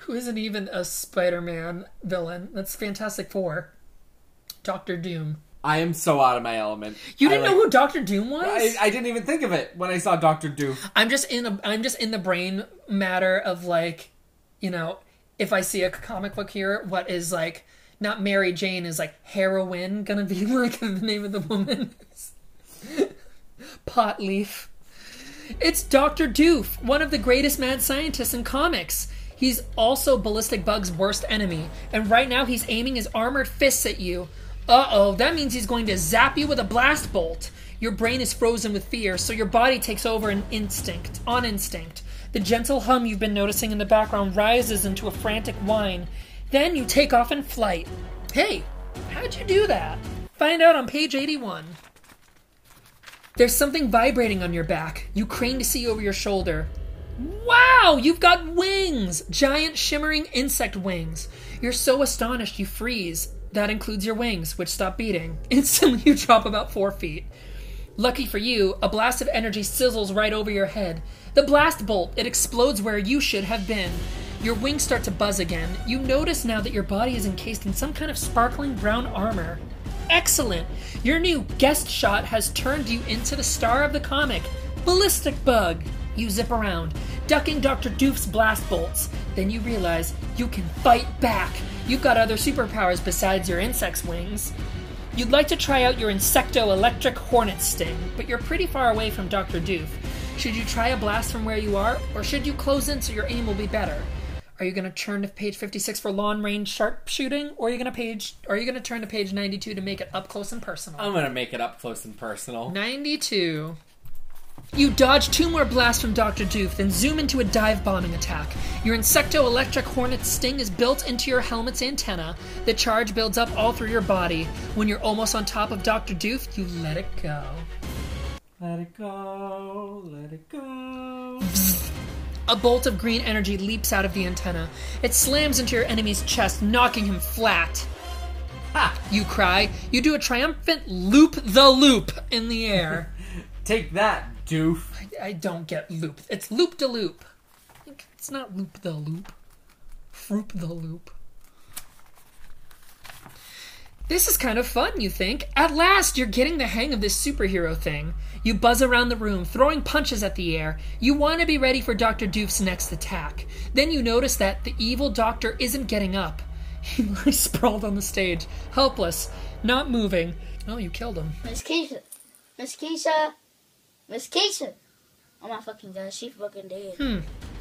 Speaker 1: who isn't even a Spider Man villain. That's Fantastic Four. Dr. Doom.
Speaker 2: I am so out of my element.
Speaker 1: You didn't
Speaker 2: I,
Speaker 1: know
Speaker 2: like-
Speaker 1: who Doctor Doom was?
Speaker 2: I, I didn't even think of it when I saw Doctor Doof.
Speaker 1: I'm just in a I'm just in the brain matter of like, you know, if I see a comic book here, what is like not Mary Jane is like heroin gonna be [laughs] like the name of the woman. Pot leaf. It's Dr. Doof, one of the greatest mad scientists in comics. He's also Ballistic Bug's worst enemy, and right now he's aiming his armored fists at you. Uh oh, that means he's going to zap you with a blast bolt. Your brain is frozen with fear, so your body takes over an instinct, on instinct. The gentle hum you've been noticing in the background rises into a frantic whine. Then you take off in flight. Hey, how'd you do that? Find out on page 81. There's something vibrating on your back. You crane to see over your shoulder. Wow, you've got wings! Giant shimmering insect wings. You're so astonished you freeze. That includes your wings, which stop beating. [laughs] Instantly, you drop about four feet. Lucky for you, a blast of energy sizzles right over your head. The blast bolt, it explodes where you should have been. Your wings start to buzz again. You notice now that your body is encased in some kind of sparkling brown armor. Excellent! Your new guest shot has turned you into the star of the comic, Ballistic Bug. You zip around, ducking Dr. Doof's blast bolts. Then you realize you can fight back. You've got other superpowers besides your insect's wings. You'd like to try out your Insecto Electric Hornet Sting, but you're pretty far away from Dr. Doof. Should you try a blast from where you are, or should you close in so your aim will be better? Are you going to turn to page 56 for long range sharpshooting, or are you going to page? Are you going to turn to page 92 to make it up close and personal?
Speaker 2: I'm gonna make it up close and personal.
Speaker 1: 92. You dodge two more blasts from Dr. Doof, then zoom into a dive bombing attack. Your Insecto Electric Hornet sting is built into your helmet's antenna. The charge builds up all through your body. When you're almost on top of Dr. Doof, you let it go.
Speaker 2: Let it go, let it go.
Speaker 1: A bolt of green energy leaps out of the antenna. It slams into your enemy's chest, knocking him flat. Ha! You cry. You do a triumphant loop the loop in the air.
Speaker 2: Take that, doof.
Speaker 1: I, I don't get loop. It's loop de loop. It's not loop the loop. Froop the loop. This is kind of fun, you think? At last, you're getting the hang of this superhero thing. You buzz around the room, throwing punches at the air. You want to be ready for Dr. Doof's next attack. Then you notice that the evil doctor isn't getting up. [laughs] He lies sprawled on the stage, helpless, not moving. Oh, you killed him.
Speaker 18: Miss Keisha. Miss Keisha. Miss Keisha. Oh my fucking god, she fucking dead.
Speaker 1: Hmm.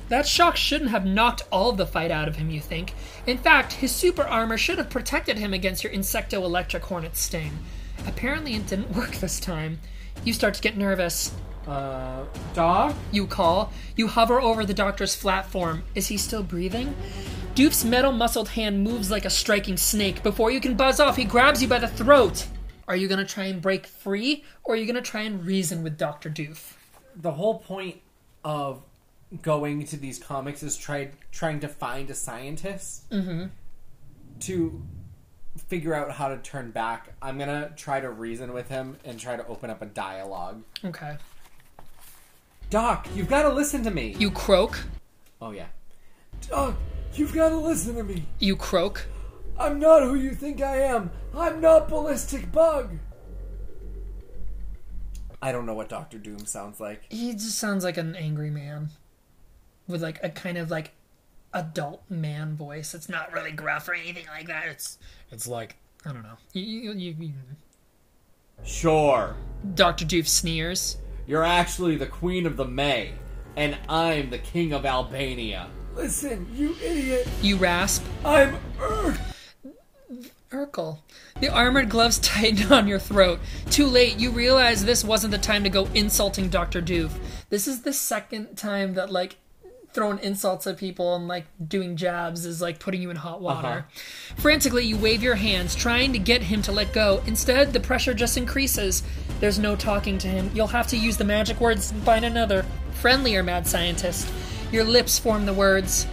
Speaker 1: That shock shouldn't have knocked all the fight out of him, you think. In fact, his super armor should have protected him against your Insecto Electric Hornet sting. Apparently, it didn't [laughs] work this time. You start to get nervous.
Speaker 2: Uh, Doc?
Speaker 1: You call. You hover over the doctor's flat form. Is he still breathing? Doof's metal muscled hand moves like a striking snake. Before you can buzz off, he grabs you by the throat. Are you gonna try and break free, or are you gonna try and reason with Dr. Doof?
Speaker 2: The whole point of going to these comics is try, trying to find a scientist
Speaker 1: Mm-hmm.
Speaker 2: to figure out how to turn back. I'm gonna try to reason with him and try to open up a dialogue.
Speaker 1: Okay.
Speaker 2: Doc, you've got to listen to me.
Speaker 1: You croak.
Speaker 2: Oh yeah. Doc, you've got to listen to me.
Speaker 1: You croak.
Speaker 2: I'm not who you think I am. I'm not ballistic bug. I don't know what Doctor Doom sounds like.
Speaker 1: He just sounds like an angry man. With like a kind of like adult man voice. It's not really gruff or anything like that. It's it's like I don't know. You, you, you, you.
Speaker 2: Sure,
Speaker 1: Doctor Doof sneers.
Speaker 2: you're actually the Queen of the May, and I'm the King of Albania.
Speaker 1: Listen, you idiot. You rasp.
Speaker 2: I'm
Speaker 1: Urkel. The armored gloves [laughs] tighten on your throat. Too late, you realize this wasn't the time to go insulting Dr. Doof. This is the second time that, like, throwing insults at people and, like, doing jabs is, like, putting you in hot water. Frantically, you wave your hands, trying to get him to let go. Instead, the pressure just increases. There's no talking to him. You'll have to use the magic words and find another, friendlier mad scientist. Your lips form the words,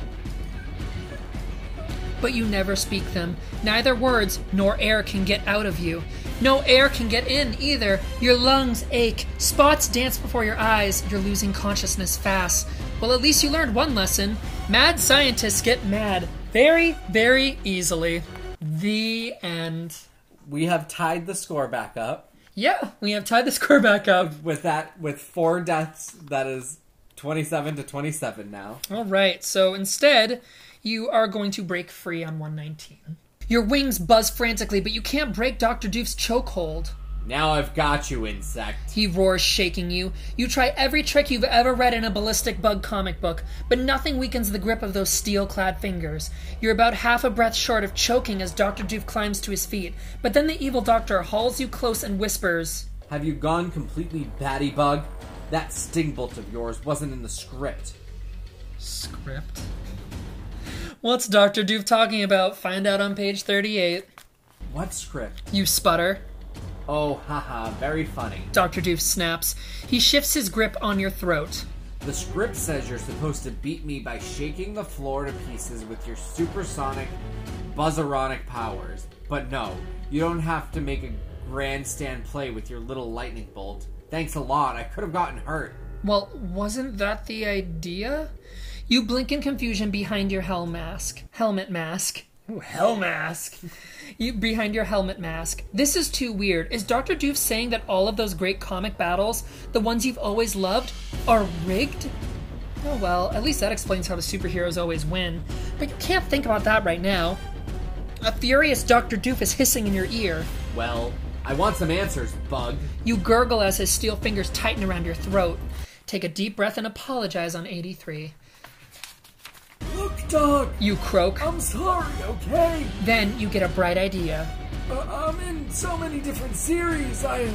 Speaker 1: but you never speak them. Neither words nor air can get out of you. No air can get in either. Your lungs ache. Spots dance before your eyes. You're losing consciousness fast. Well, at least you learned one lesson. Mad scientists get mad very, very easily. The end.
Speaker 2: We have tied the score back up.
Speaker 1: Yeah, we have tied the [laughs] score back up
Speaker 2: with that with four deaths. That is twenty-seven to twenty-seven now.
Speaker 1: All right, so instead, you are going to break free on 119. Your wings buzz frantically, but you can't break Dr. Doof's chokehold.
Speaker 2: Now I've got you, insect.
Speaker 1: He roars, shaking you. You try every trick you've ever read in a ballistic bug comic book, but nothing weakens the grip of those steel clad fingers. You're about half a breath short of choking as Dr. Doof climbs to his feet, but then the evil doctor hauls you close and whispers,
Speaker 2: Have you gone completely batty bug? That sting bolt of yours wasn't in the script.
Speaker 1: Script? What's Dr. Doof talking about? Find out on page 38.
Speaker 2: What script?
Speaker 1: You sputter.
Speaker 2: Oh, haha, very funny.
Speaker 1: Dr. Doof snaps. He shifts his grip on your throat.
Speaker 2: The script says you're supposed to beat me by shaking the floor to pieces with your supersonic, buzzeronic powers. But no, you don't have to make a grandstand play with your little lightning bolt. Thanks a lot, I could have gotten hurt.
Speaker 1: Well, wasn't that the idea? You blink in confusion behind your hell mask. Helmet mask. Ooh, hell mask. [laughs] You behind your helmet mask. This is too weird. Is Dr. Doof saying that all of those great comic battles, the ones you've always loved, are rigged? Oh well, at least that explains how the superheroes always win. But you can't think about that right now. A furious Dr. Doof is hissing in your ear.
Speaker 2: Well, I want some answers, bug.
Speaker 1: You gurgle as his steel fingers tighten around your throat. Take a deep breath and apologize on 83.
Speaker 5: Look, dog.
Speaker 1: You croak.
Speaker 2: Um.
Speaker 5: I'm sorry, okay?
Speaker 1: Then you get a bright idea.
Speaker 5: Uh, I'm in so many different series. I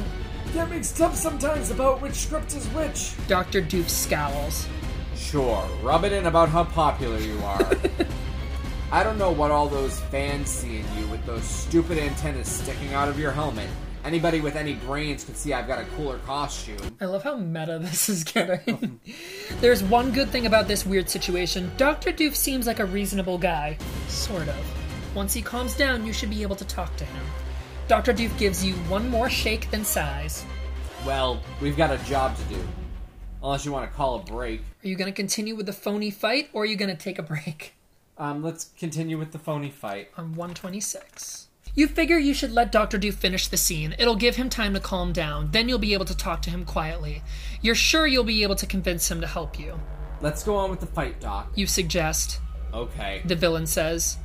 Speaker 5: Get mixed up sometimes about which script is which.
Speaker 1: Dr. Doof scowls.
Speaker 2: Sure, rub it in about how popular you are. I don't know what all those fans see in you with those stupid antennas sticking out of your helmet. Anybody with any brains could see I've got a cooler costume.
Speaker 1: I love how meta [laughs] this is getting. There's one good thing about this weird situation Dr. Doof seems like a reasonable guy. Sort of. Once he calms down, you should be able to talk to him. Dr. Doof gives you one more shake than size.
Speaker 2: Well, we've got a job to do. Unless you want to call a break.
Speaker 1: Are you going to continue with the phony fight or are you going to take a break?
Speaker 2: Um, let's continue with the phony fight.
Speaker 1: On 126. You figure you should let Dr. Doof finish the scene. It'll give him time to calm down. Then you'll be able to talk to him quietly. You're sure you'll be able to convince him to help you.
Speaker 2: Let's go on with the fight, Doc.
Speaker 1: You suggest.
Speaker 2: Okay.
Speaker 1: The villain says.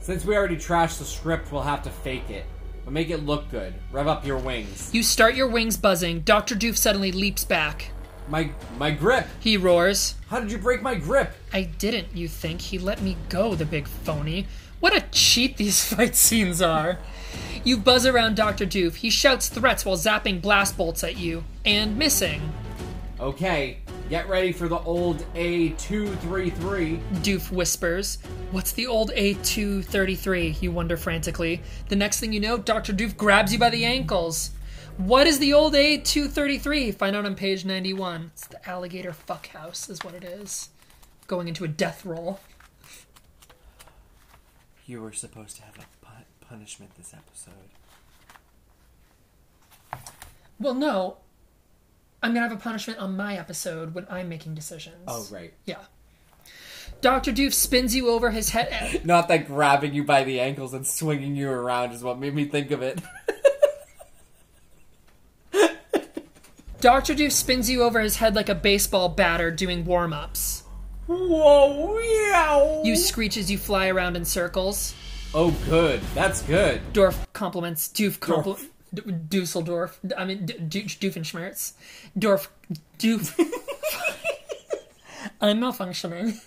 Speaker 2: Since we already trashed the script, we'll have to fake it. But make it look good. Rev up your wings.
Speaker 1: You start your wings buzzing. Dr. Doof suddenly leaps back.
Speaker 2: My my grip.
Speaker 1: He roars.
Speaker 2: How did you break my grip?
Speaker 1: I didn't, you think. He let me go, the big phony. What a cheat these [laughs] fight scenes are. You buzz around Dr. Doof. He shouts threats while zapping blast bolts at you and missing.
Speaker 2: Okay, get ready for the old A233.
Speaker 1: Doof whispers. What's the old A233? You wonder frantically. The next thing you know, Dr. Doof grabs you by the ankles. What is the old A233? Find out on page 91. It's the alligator fuck house, is what it is. Going into a death roll.
Speaker 2: You were supposed to have a pu- punishment this episode.
Speaker 1: Well, no. I'm going to have a punishment on my episode when I'm making decisions.
Speaker 2: Oh, right.
Speaker 1: Yeah. Dr. Doof spins you over his head.
Speaker 2: Not that grabbing you by the ankles and swinging you around is what made me think of it.
Speaker 1: Dr. Doof spins you over his head like a baseball batter doing warm ups.
Speaker 2: [laughs] Whoa, yeah.
Speaker 1: You screech as you fly around in circles.
Speaker 2: Oh, good. That's good.
Speaker 1: Dorf compliments Doof compl- D- Dusseldorf. I mean, D- D- Doofenshmirtz. Dorf. Doof. [laughs] I'm malfunctioning.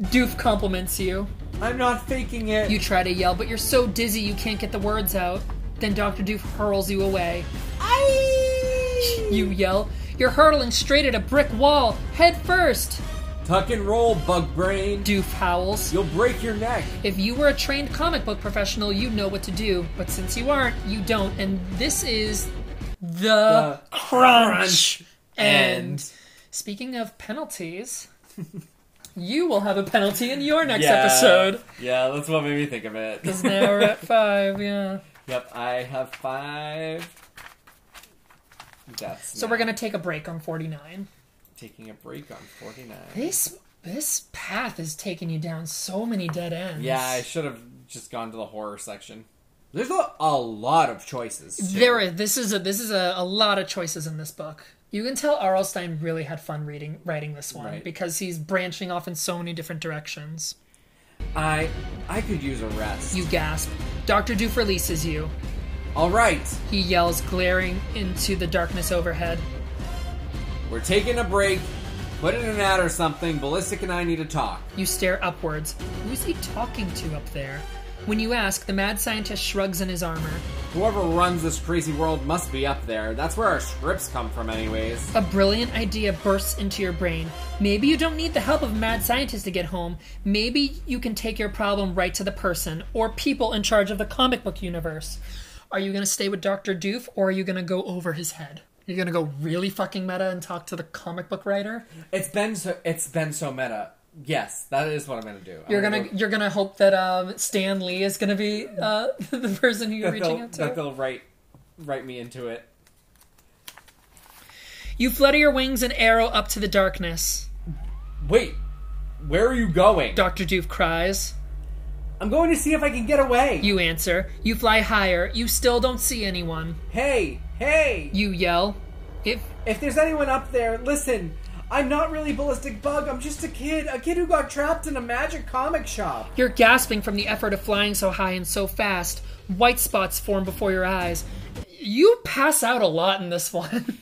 Speaker 1: Doof compliments you.
Speaker 2: I'm not faking it.
Speaker 1: You try to yell, but you're so dizzy you can't get the words out. Then Dr. Doof hurls you away.
Speaker 2: Aye.
Speaker 1: You yell. You're hurtling straight at a brick wall, head first.
Speaker 2: Tuck and roll, bug brain.
Speaker 1: Doof howls.
Speaker 2: You'll break your neck.
Speaker 1: If you were a trained comic book professional, you'd know what to do. But since you aren't, you don't. And this is
Speaker 2: The
Speaker 1: the, crunch.
Speaker 2: crunch
Speaker 1: And
Speaker 2: end.
Speaker 1: speaking of penalties, [laughs] you will have a penalty in your next
Speaker 2: Yeah.
Speaker 1: episode.
Speaker 2: Yeah, that's what made me think of it.
Speaker 1: Because
Speaker 2: [laughs]
Speaker 1: now we're at five, yeah.
Speaker 2: Yep, I have five. That's
Speaker 1: So we're going to take a break on 49.
Speaker 2: taking a break on 49.
Speaker 1: This this path is taking you down so many dead ends.
Speaker 2: Yeah, I should have just gone to the horror section. There's a, a lot of choices. too.
Speaker 1: There is this is a this is a, a lot of choices in this book. You can tell Arlstein really had fun reading writing this one
Speaker 2: Right.
Speaker 1: because he's branching off in so many different directions.
Speaker 2: I I could use a rest.
Speaker 1: You gasp. Doctor Doof releases you.
Speaker 2: All right,
Speaker 1: He yells, glaring into the darkness overhead.
Speaker 2: we're taking a break. Put in an ad or something. Ballistic and I need to talk.
Speaker 1: You stare upwards. Who's he talking to up there? When you ask, the mad scientist shrugs in his armor.
Speaker 2: Whoever runs this crazy world must be up there. That's where our scripts come from, anyways.
Speaker 1: A brilliant idea bursts into your brain. Maybe you don't need the help of a mad scientist to get home. Maybe you can take your problem right to the person or people in charge of the comic book universe. Are you going to stay with Dr. Doof or are you going to go over his head? You're going to go really fucking meta and talk to the comic book writer?
Speaker 2: It's been so it's been so meta. Yes, that is what I'm gonna do. I'm
Speaker 1: You're going to you're going to hope that um, Stan Lee is going to be uh, [laughs] the person you're
Speaker 2: that
Speaker 1: reaching
Speaker 2: they'll,
Speaker 1: out to.
Speaker 2: that they'll write write me into it.
Speaker 1: You flutter your wings and arrow up to the darkness.
Speaker 2: Wait, where are you going?
Speaker 1: Dr. Doof cries.
Speaker 2: I'm going to see if I can get away.
Speaker 1: You answer. You fly higher. You still don't see anyone.
Speaker 2: Hey, hey!
Speaker 1: You yell. If
Speaker 2: If there's anyone up there, listen. I'm not really ballistic bug. I'm just a kid, a kid who got trapped in a magic comic shop.
Speaker 1: you're gasping from the effort of flying so high and so fast, white spots form before your eyes. You pass [laughs] out a lot in this one.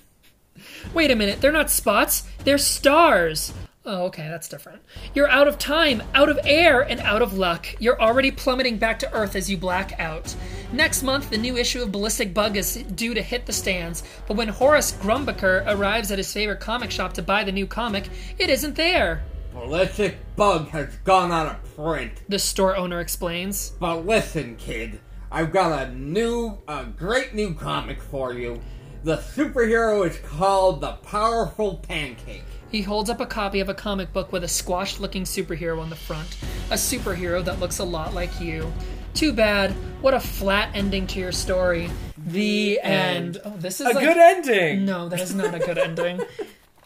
Speaker 1: Wait a minute, they're not spots, they're stars. Oh, okay, that's different. You're out of time, out of air, and out of luck. You're already plummeting back to Earth as you black out. Next month, the new issue of Ballistic Bug is due to hit the stands, but when Horace Grumbaker arrives at his favorite comic shop to buy the new comic, it isn't there.
Speaker 19: Ballistic Bug has gone out of print.
Speaker 1: The store owner explains.
Speaker 19: But listen, kid, I've got a new, a great new comic for you. The superhero is called the Powerful Pancake.
Speaker 1: He holds up a copy of a comic book with a squashed looking superhero on the front, a superhero that looks a lot like you. Too bad. What a flat ending to your story. The end. Oh, this is
Speaker 2: A
Speaker 1: like-
Speaker 2: good ending.
Speaker 1: No, that is not a good ending.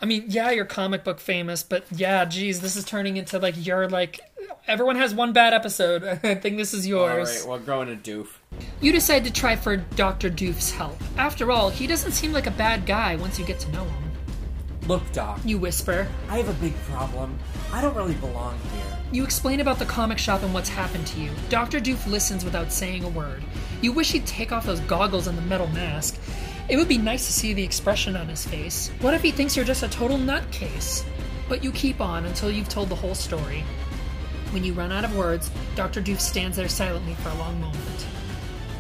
Speaker 1: I mean, yeah, you're comic book famous, but yeah, geez, this is turning into like you're like everyone has one bad episode. [laughs] I think this is yours.
Speaker 2: Alright, well, I'm going to doof.
Speaker 1: You decide to try for Dr. Doof's help. After all, he doesn't seem like a bad guy once you get to know him.
Speaker 2: Look, Doc,
Speaker 1: You whisper.
Speaker 2: I have a big problem. I don't really belong here.
Speaker 1: You explain about the comic shop and what's happened to you. Dr. Doof listens without saying a word. You wish he'd take off those goggles and the metal mask. It would be nice to see the expression on his face. What if he thinks you're just a total nutcase? But you keep on until you've told the whole story. When you run out of words, Dr. Doof stands there silently for a long moment.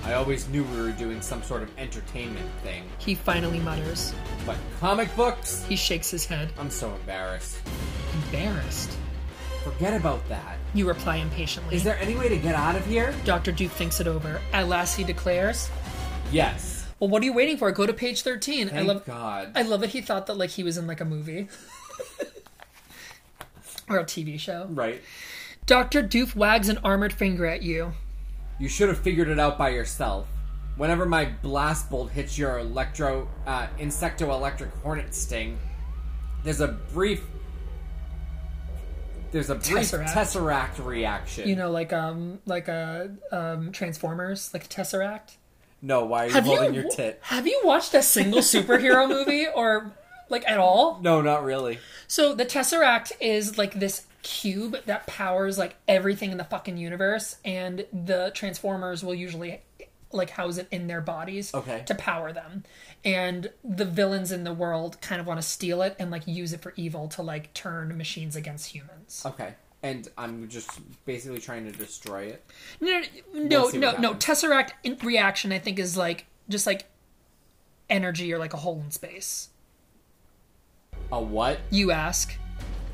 Speaker 2: I always knew we were doing some sort of entertainment thing.
Speaker 1: He finally mutters.
Speaker 2: But comic books?
Speaker 1: He shakes his head.
Speaker 2: I'm so embarrassed.
Speaker 1: Embarrassed?
Speaker 2: Forget about that.
Speaker 1: You reply impatiently.
Speaker 2: Is there any way to get out of here?
Speaker 1: Dr. Duke thinks it over. At last, he declares,
Speaker 2: Yes.
Speaker 1: "Well, what are you waiting for? Go to page thirteen." I
Speaker 2: Thank
Speaker 1: love.
Speaker 2: God.
Speaker 1: I love that he thought that like he was in like a movie [laughs] or a TV show.
Speaker 2: Right.
Speaker 1: Dr. Doof wags an armored finger at you.
Speaker 2: You should have figured it out by yourself. Whenever my blast bolt hits your electro uh, insecto electric hornet sting, there's a brief there's a brief
Speaker 1: Tesseract.
Speaker 2: tesseract, reaction.
Speaker 1: You know, like um, like uh, um, Transformers, like the Tesseract.
Speaker 2: no, why are you
Speaker 1: Have you
Speaker 2: holding your
Speaker 1: w-
Speaker 2: tit?
Speaker 1: Have you watched a single superhero movie or like at all?
Speaker 2: No, not really.
Speaker 1: So the Tesseract is like this cube that powers like everything in the fucking universe, and the Transformers will usually like house it in their bodies
Speaker 2: Okay.
Speaker 1: to power them. And the villains in the world kind of want to steal it and like use it for evil to like turn machines against humans.
Speaker 2: Okay. And I'm just basically trying to destroy it.
Speaker 1: No, no,
Speaker 2: We'll see
Speaker 1: no,
Speaker 2: what
Speaker 1: no, no. Tesseract in- reaction, I think, is like just like energy or like a hole in space.
Speaker 2: A what?
Speaker 1: You ask.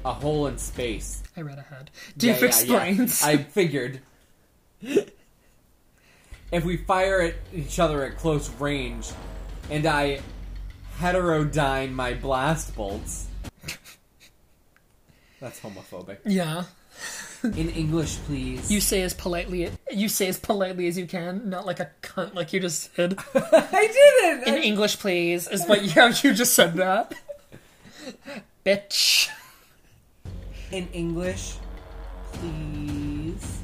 Speaker 2: A hole in space.
Speaker 1: I read ahead.
Speaker 2: Yeah, yeah,
Speaker 1: Doof
Speaker 2: yeah.
Speaker 1: explains.
Speaker 2: I figured. if we fire at each other at close range, and I heterodyne my blast bolts. That's homophobic.
Speaker 1: [laughs] Yeah.
Speaker 2: In English, please.
Speaker 1: You say as politely you say as politely as you can, not like a cunt like you just said.
Speaker 2: I didn't. [laughs]
Speaker 1: In English, please, is what you, [laughs] how you just said that. Bitch.
Speaker 2: In English, please.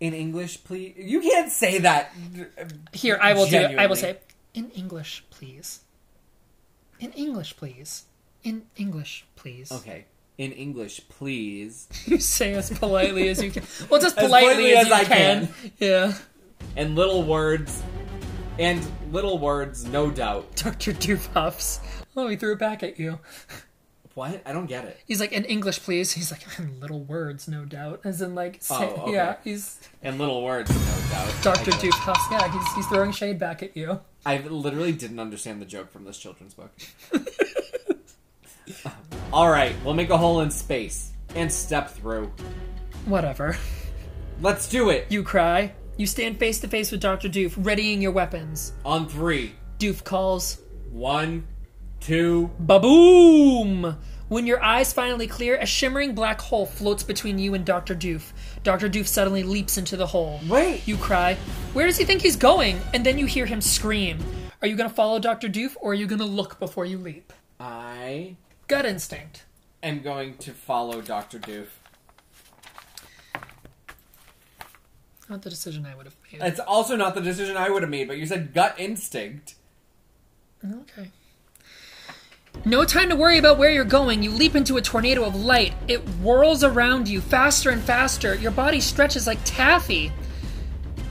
Speaker 2: In English, please. You can't say that.
Speaker 1: Here, I will do. it. I
Speaker 2: Genuinely.
Speaker 1: will say in English, please. In English, please. In English, please.
Speaker 2: Okay. In English, please.
Speaker 1: You say as politely as you can. Well,
Speaker 2: [laughs]
Speaker 1: just
Speaker 2: As politely
Speaker 1: politely, as,
Speaker 2: as
Speaker 1: you
Speaker 2: I
Speaker 1: can.
Speaker 2: can.
Speaker 1: Yeah.
Speaker 2: and little words and little words no doubt
Speaker 1: Dr. Doof huffs. Oh, he threw it back at you.
Speaker 2: what i don't get it
Speaker 1: He's like, in English, please. He's like, [laughs] in little words, no doubt. As in, like, say,
Speaker 2: Oh, okay.
Speaker 1: yeah, he's
Speaker 2: and little words no doubt
Speaker 1: Dr.
Speaker 2: I get it.
Speaker 1: Duke Huffs. Yeah, he's, he's throwing shade back at you. [laughs]
Speaker 2: i literally didn't understand the joke from this children's book all right we'll make a hole in space and step through
Speaker 1: Whatever.
Speaker 2: let's do it
Speaker 1: You cry. You stand face to face with Dr. Doof, readying your weapons.
Speaker 2: on three
Speaker 1: Doof calls,
Speaker 2: one two
Speaker 1: Baboom! When your eyes finally clear, a shimmering black hole floats between you and Dr. Doof. Dr. Doof suddenly leaps into the hole.
Speaker 2: Wait!
Speaker 1: You cry, Where does he think he's going? And then you hear him scream. Are you gonna follow Dr. Doof or are you gonna look before you leap?
Speaker 2: i
Speaker 1: Gut instinct.
Speaker 2: am going to follow dr doof
Speaker 1: Not the decision I would have made.
Speaker 2: it's also not the decision i would have made but you said gut instinct
Speaker 1: Okay. No time to worry about where you're going. You leap into a tornado of light. It whirls around you faster and faster. Your body stretches like taffy.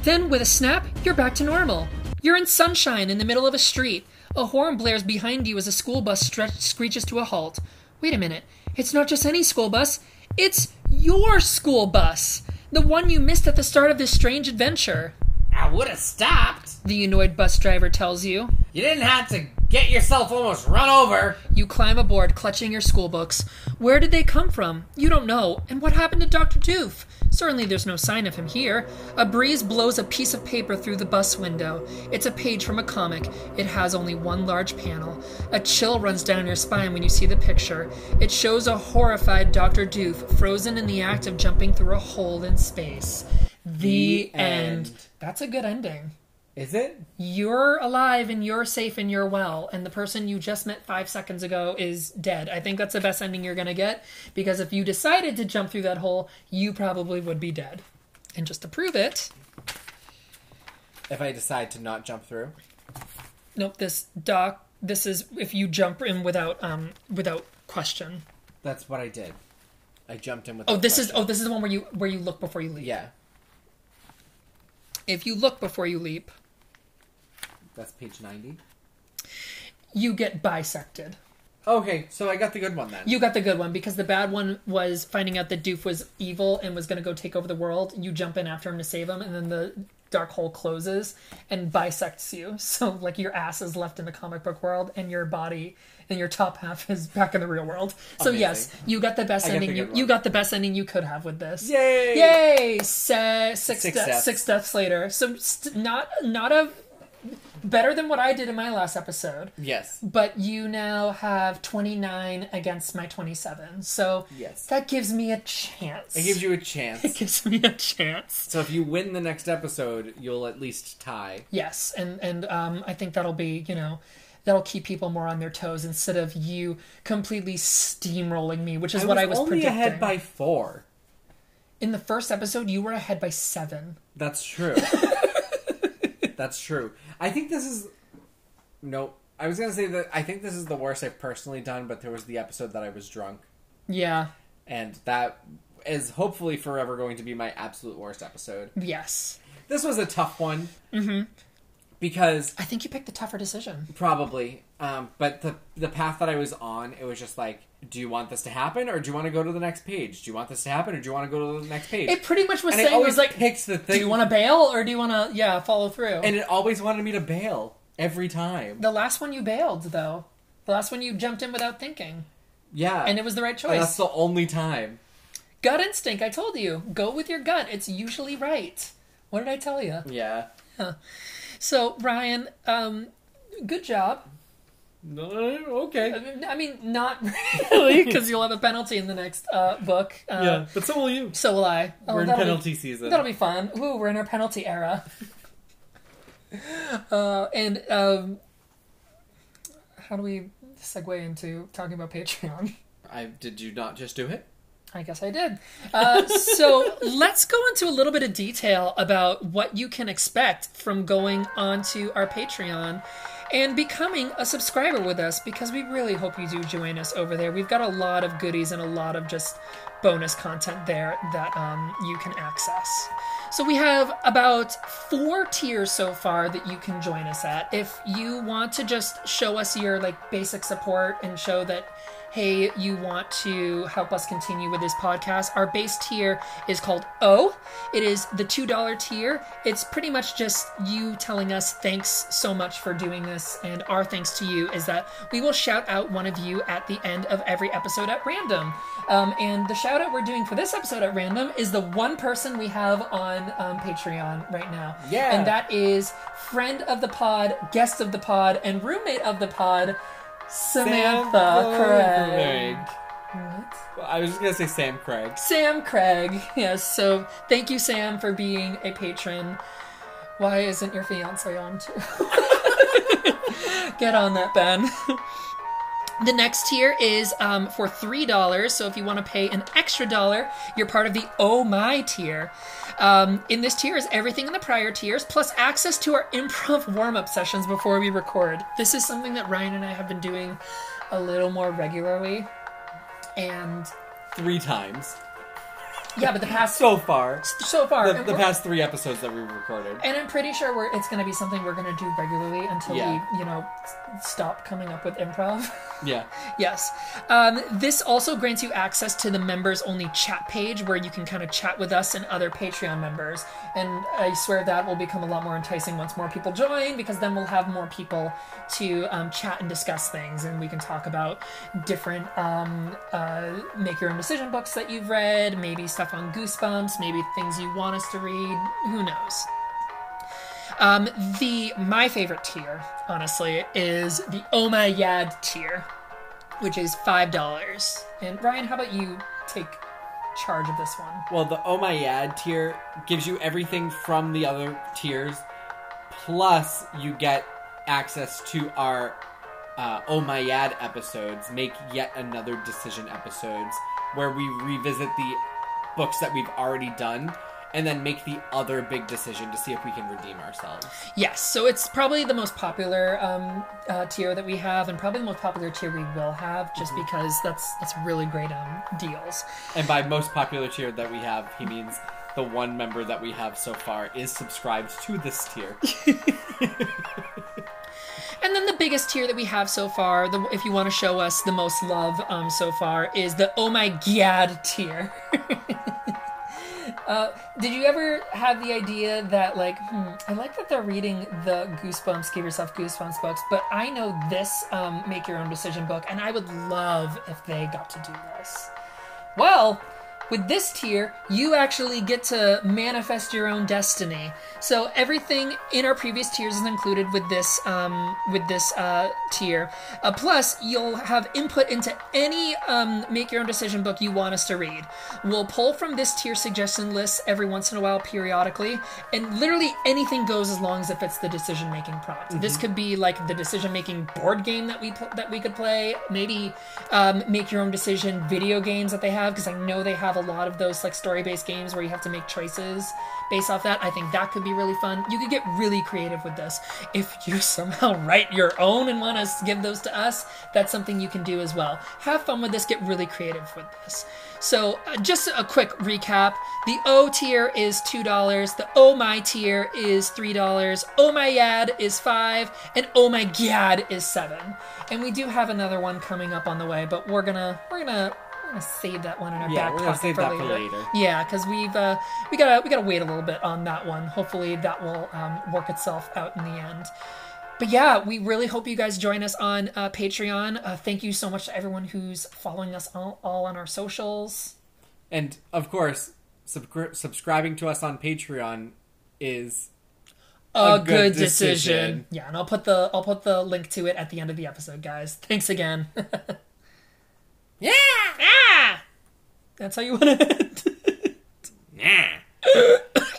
Speaker 1: Then, with a snap, you're back to normal. You're in sunshine in the middle of a street. A horn blares behind you as a school bus stretch- screeches to a halt. wait a minute, it's not just any school bus, it's your school bus. The one you missed at the start of this strange adventure.
Speaker 5: I would have stopped.
Speaker 1: The annoyed bus driver tells you.
Speaker 5: You didn't have to get yourself almost run over.
Speaker 1: You climb aboard, clutching your school books. Where did they come from? You don't know. And what happened to Dr. Doof? Certainly there's no sign of him here. A breeze blows a piece of paper through the bus window. It's a page from a comic. It has only one large panel. A chill runs down your spine when you see the picture. It shows a horrified Dr. Doof frozen in the act of jumping through a hole in space. The,
Speaker 2: The end.
Speaker 1: end. That's a good ending.
Speaker 2: Is it?
Speaker 1: You're alive and you're safe and you're well, and the person you just met five seconds ago is dead. I think that's the best ending you're going to get because if you decided to jump through that hole, you probably would be dead. And just to prove it,
Speaker 2: If I decide to not jump through.
Speaker 1: nope, this doc, this is if you jump in without um without question.
Speaker 2: That's what I did. I jumped in with
Speaker 1: Oh, this is oh, this is the one where you where you look before you leap.
Speaker 2: Yeah.
Speaker 1: If you look before you leap,
Speaker 2: That's page 90.
Speaker 1: you get bisected.
Speaker 2: Okay, so I got the good one then.
Speaker 1: You got the good one because the bad one was finding out that Doof was evil and was going to go take over the world. You jump in after him to save him, and then the dark hole closes and bisects you. [laughs] So, like, your ass is left in the comic book world, and your body and your top half is back in the real world. So,
Speaker 2: Amazing.
Speaker 1: yes, you got the best
Speaker 2: I got the
Speaker 1: ending. You,
Speaker 2: good
Speaker 1: you
Speaker 2: one.
Speaker 1: got the best ending you could have with this.
Speaker 2: Yay!
Speaker 1: Yay! Se- six
Speaker 2: Six
Speaker 1: de-
Speaker 2: deaths.
Speaker 1: six deaths later. So, st- not not a better than what I did in my last episode. [laughs]
Speaker 2: Yes.
Speaker 1: But you now have 29 against my 27. So
Speaker 2: Yes.
Speaker 1: that gives me a chance.
Speaker 2: It gives [laughs] you a chance.
Speaker 1: [laughs]
Speaker 2: It
Speaker 1: gives me a chance. So
Speaker 2: if you win the next episode, you'll at least tie.
Speaker 1: Yes, and and um, I think that'll be, you know, that'll keep people more on their toes instead of you completely steamrolling me, which is
Speaker 2: I
Speaker 1: what
Speaker 2: was
Speaker 1: I was
Speaker 2: only
Speaker 1: predicting.
Speaker 2: ahead by four.
Speaker 1: In the first episode, you were ahead by 7.
Speaker 2: That's
Speaker 1: [laughs]
Speaker 2: true. That's true. I think this is. No, I was gonna say that I think this is the worst I've personally done, but there was the episode that I was drunk,
Speaker 1: Yeah.
Speaker 2: and that is hopefully forever going to be my absolute worst episode.
Speaker 1: Yes.
Speaker 2: This was a tough one
Speaker 1: Mhm.
Speaker 2: because
Speaker 1: I think you picked the tougher decision.
Speaker 2: Probably. Um, but the the path that I was on, it was just like, do you want this to happen, or do you want to go to the next page? Do you want this to happen, or do you want to go to the next page?
Speaker 1: It pretty much was
Speaker 2: And
Speaker 1: saying
Speaker 2: it
Speaker 1: it
Speaker 2: always
Speaker 1: was like
Speaker 2: picks the thing.
Speaker 1: Do you want to bail or do you want to yeah, follow
Speaker 2: [laughs]
Speaker 1: through?
Speaker 2: and it always wanted me to bail every time.
Speaker 1: The last one you bailed, though. The last one you jumped in without thinking.
Speaker 2: Yeah,
Speaker 1: And it was the right
Speaker 2: And that's
Speaker 1: choice.
Speaker 2: the only time.
Speaker 1: Gut instinct, I told you. Go with your gut. It's usually right. What did I tell you?
Speaker 2: Yeah.
Speaker 1: So, Ryan, um, good job.
Speaker 2: Okay.
Speaker 1: I mean, I mean, not [laughs] really, because you'll have a penalty in the next uh, book. Uh,
Speaker 2: Yeah, but so will you.
Speaker 1: So will I. Oh,
Speaker 2: We're in
Speaker 1: that'll
Speaker 2: penalty
Speaker 1: be-
Speaker 2: season.
Speaker 1: That'll be fun. Ooh, we're in our penalty era. [laughs] uh, and um, how do we segue into talking about Patreon?
Speaker 2: I did you not just do it?
Speaker 1: I guess I did. Uh, so let's go into a little bit of detail about what you can expect from going onto our Patreon and becoming a subscriber with us because we really hope you do join us over there. We've got a lot of goodies and a lot of just bonus content there that um, you can access. So we have about four tiers so far that you can join us at. If you want to just show us your like basic support and show that hey, you want to help us continue with this podcast, our base tier is called O. It is the $2 tier. It's pretty much just you telling us thanks so much for doing this, and our thanks to you is that we will shout out one of you at the end of every episode at random. Um, and the shout out we're doing for this episode at random is the one person we have on um, Patreon right now.
Speaker 2: Yeah.
Speaker 1: And that is friend of the pod, guest of the pod, and roommate of the pod. Samantha Craig. What?
Speaker 2: Well, I was just gonna say Sam Craig.
Speaker 1: Sam Craig. Yes, so thank you, Sam, for being a patron. Why isn't your fiance on too? [laughs] Get on that, Ben. The next tier is um, for three dollars. So if you want to pay an extra dollar, you're part of the Oh My tier. Um, in this tier is everything in the prior tiers, plus access to our [laughs] improv warm-up sessions before we record. This is something that Ryan and I have been doing a little more regularly, and
Speaker 2: Three times.
Speaker 1: Yeah, but the past
Speaker 2: so far,
Speaker 1: so far,
Speaker 2: the,
Speaker 1: and
Speaker 2: the
Speaker 1: we're-
Speaker 2: past three episodes that we've recorded.
Speaker 1: And I'm pretty sure we're, it's going to be something we're going to do regularly until
Speaker 2: Yeah.
Speaker 1: we, you know, s- stop coming up with improv. [laughs]
Speaker 2: Yeah.
Speaker 1: yes. Um, this also grants you access to the members only chat page where you can kind of chat with us and other Patreon members. And I swear that will become a lot more enticing once more people join because then we'll have more people to um, chat and discuss things and we can talk about different um, uh, make your own decision books that you've read, maybe stuff on Goosebumps, maybe things you want us to read. Who knows? Um, the my favorite tier, honestly, is the Oh My Yad tier, which is five dollars. And Ryan, how about you take charge of this one?
Speaker 2: Well, the Oh My Yad tier gives you everything from the other tiers, plus you get access to our uh, Oh My Yad episodes, make yet another decision episodes, where we revisit the books that we've already done, and then make the other big decision to see if we can redeem ourselves.
Speaker 1: Yes, so it's probably the most popular um, uh, tier that we have, and probably the most popular tier we will have, just because that's that's really great um, deals.
Speaker 2: And by most popular tier that we have, he means the one member that we have so far is subscribed to this tier.
Speaker 1: And then the biggest tier that we have so far, the, if you want to show us the most love um, so far, is the Oh My Gad tier. [laughs] uh, did you ever have the idea that, like, hmm, I like that they're reading the Goosebumps, Give Yourself Goosebumps books, but I know this um, Make Your Own Decision book, and I would love if they got to do this. Well, with this tier, you actually get to manifest your own destiny. So everything in our previous tiers is included with this um, with this uh, tier. Uh, plus, you'll have input into any um, make your own decision book you want us to read. We'll pull from this tier suggestion lists every once in a while, periodically, and literally anything goes as long as it fits the decision making prompt. This
Speaker 7: Mhm.
Speaker 1: could be like the decision making board game that we pl- that we could play. Maybe um, make your own decision video games that they have because I know they have a lot of those like story based games where you have to make choices based off that. I think that could be really fun. You could get really creative with this if you [laughs] somehow write your own and want to give those to us. That's something you can do as well. Have fun with this. Get really creative with this. So, uh, just a quick recap the O tier is $2, the Oh My tier is $3, Oh My Yad is 5 and Oh My Gad is 7 And we do have another one coming up on the way, but we're gonna, we're gonna. we're gonna Save that one in our
Speaker 2: Yeah,
Speaker 1: back
Speaker 2: we're gonna
Speaker 1: pocket
Speaker 2: save
Speaker 1: for,
Speaker 2: that for
Speaker 1: later.
Speaker 2: later.
Speaker 1: Yeah, because we've uh, we gotta we gotta wait a little bit on that one. Hopefully that will um, work itself out in the end. But yeah, we really hope you guys join us on uh, Patreon. Uh, thank you so much to everyone who's following us all, all on our socials.
Speaker 2: And of course, subscri- subscribing to us on Patreon is
Speaker 1: A, good, decision. Yeah, and I'll put the I'll put the link to it at the end of the episode, guys. Thanks again. [laughs] yeah, yeah. That's how you want to end. [laughs]
Speaker 2: Nah. [coughs]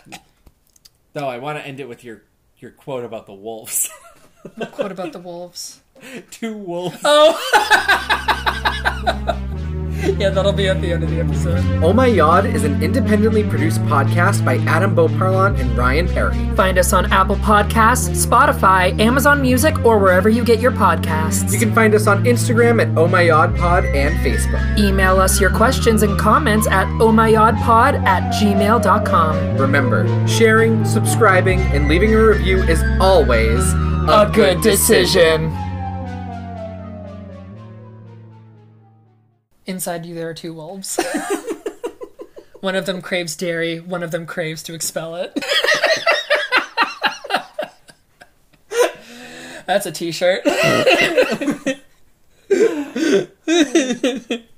Speaker 2: Though I want to end it with your your quote about the wolves. [laughs]
Speaker 1: What quote about the wolves?
Speaker 2: Two wolves.
Speaker 1: Oh. yeah, that'll be at the end of the episode.
Speaker 20: Oh My Yod is an independently produced podcast by Adam Beauparlant and Ryan Perry.
Speaker 1: Find us on Apple Podcasts, Spotify, Amazon Music, or wherever you get your podcasts.
Speaker 20: You can find us on Instagram at Oh My Yod Pod and Facebook.
Speaker 1: Email us your questions and comments at ohmyodpod at gmail.com.
Speaker 20: Remember, sharing, subscribing, and leaving a review is always a,
Speaker 1: good decision. Inside you, there are two wolves. [laughs] one of them craves dairy, one of them craves to expel it. [laughs] That's a t shirt.